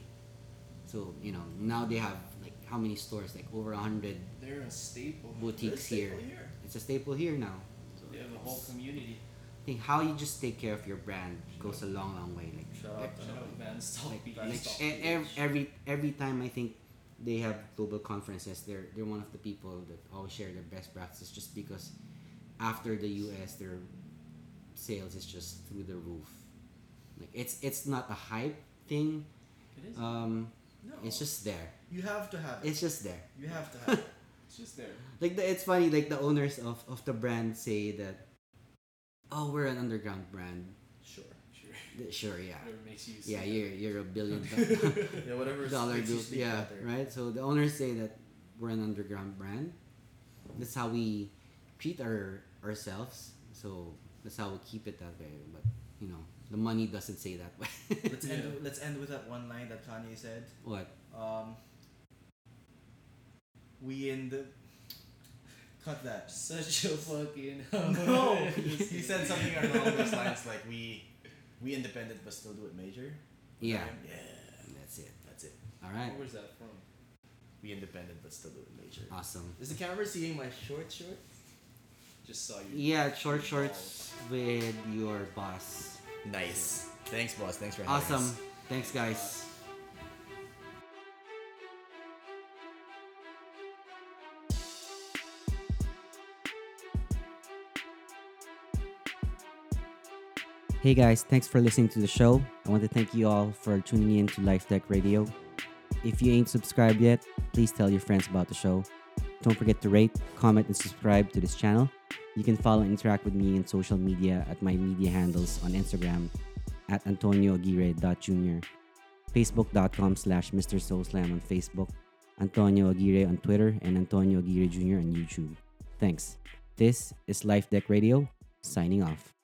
Speaker 1: so you know now they have like how many stores? Like over a hundred
Speaker 2: They're a staple.
Speaker 1: boutiques here.
Speaker 3: Staple here.
Speaker 1: It's a staple here now. So
Speaker 2: They have a
Speaker 1: it's-
Speaker 2: whole community.
Speaker 1: I think how you just take care of your brand goes a long, long way. Like
Speaker 4: Shout
Speaker 1: ev-
Speaker 4: out
Speaker 2: Shut up, Van Stock
Speaker 1: like,
Speaker 2: PH.
Speaker 1: like
Speaker 2: Stock
Speaker 1: e- ev-
Speaker 2: PH.
Speaker 1: every every time I think they have global conferences, they're they're one of the people that always share their best practices just because after the US their sales is just through the roof. Like it's it's not a hype thing.
Speaker 2: It is.
Speaker 1: Um,
Speaker 3: No.
Speaker 1: it's just there.
Speaker 3: you have to have it.
Speaker 1: It's just there.
Speaker 3: You have to have it.
Speaker 2: it's just there.
Speaker 1: Like the, it's funny. Like the owners of of the brand say that, oh, we're an underground brand.
Speaker 3: Sure.
Speaker 2: Sure.
Speaker 1: Th- Sure, yeah,
Speaker 2: Whatever makes you.
Speaker 1: yeah.
Speaker 2: sick.
Speaker 1: You're you're a billion do-
Speaker 3: Yeah, whatever is-
Speaker 1: dollar
Speaker 3: makes you
Speaker 1: group.
Speaker 3: sleep
Speaker 1: Yeah,
Speaker 3: better.
Speaker 1: right. So the owners say that we're an underground brand. That's how we treat our ourselves. So that's how we keep it that way. But you know, the money doesn't say that way.
Speaker 3: Let's end. Let's end with that one line that Kanye said.
Speaker 1: what?
Speaker 3: Um, we in the cut that.
Speaker 2: Such a fucking.
Speaker 3: No, he said something along those lines like we we independent but still do it major.
Speaker 1: Yeah,
Speaker 3: Yeah,
Speaker 1: that's it.
Speaker 3: that's it.
Speaker 1: All right,
Speaker 2: Where's that from?
Speaker 3: We independent but still do it major.
Speaker 1: awesome.
Speaker 3: Is the camera seeing my short short?
Speaker 2: Just saw you.
Speaker 1: Yeah, short shorts with your boss.
Speaker 3: Nice. Thanks, boss. Thanks for having us.
Speaker 1: Awesome. Thanks, guys.
Speaker 5: Hey guys, thanks for listening to the show. I want to thank you all for tuning in to Life Tech Radio. If you ain't subscribed yet, please tell your friends about the show. Don't forget to rate, comment, and subscribe to this channel. You can follow and interact with me in social media at my media handles on Instagram at antonioaguirre.jr, facebook.com slash Mr. Soulslam on Facebook, Antonio Aguirre on Twitter, and Antonio Aguirre Jr. on YouTube. Thanks. This is Life Deck Radio, signing off.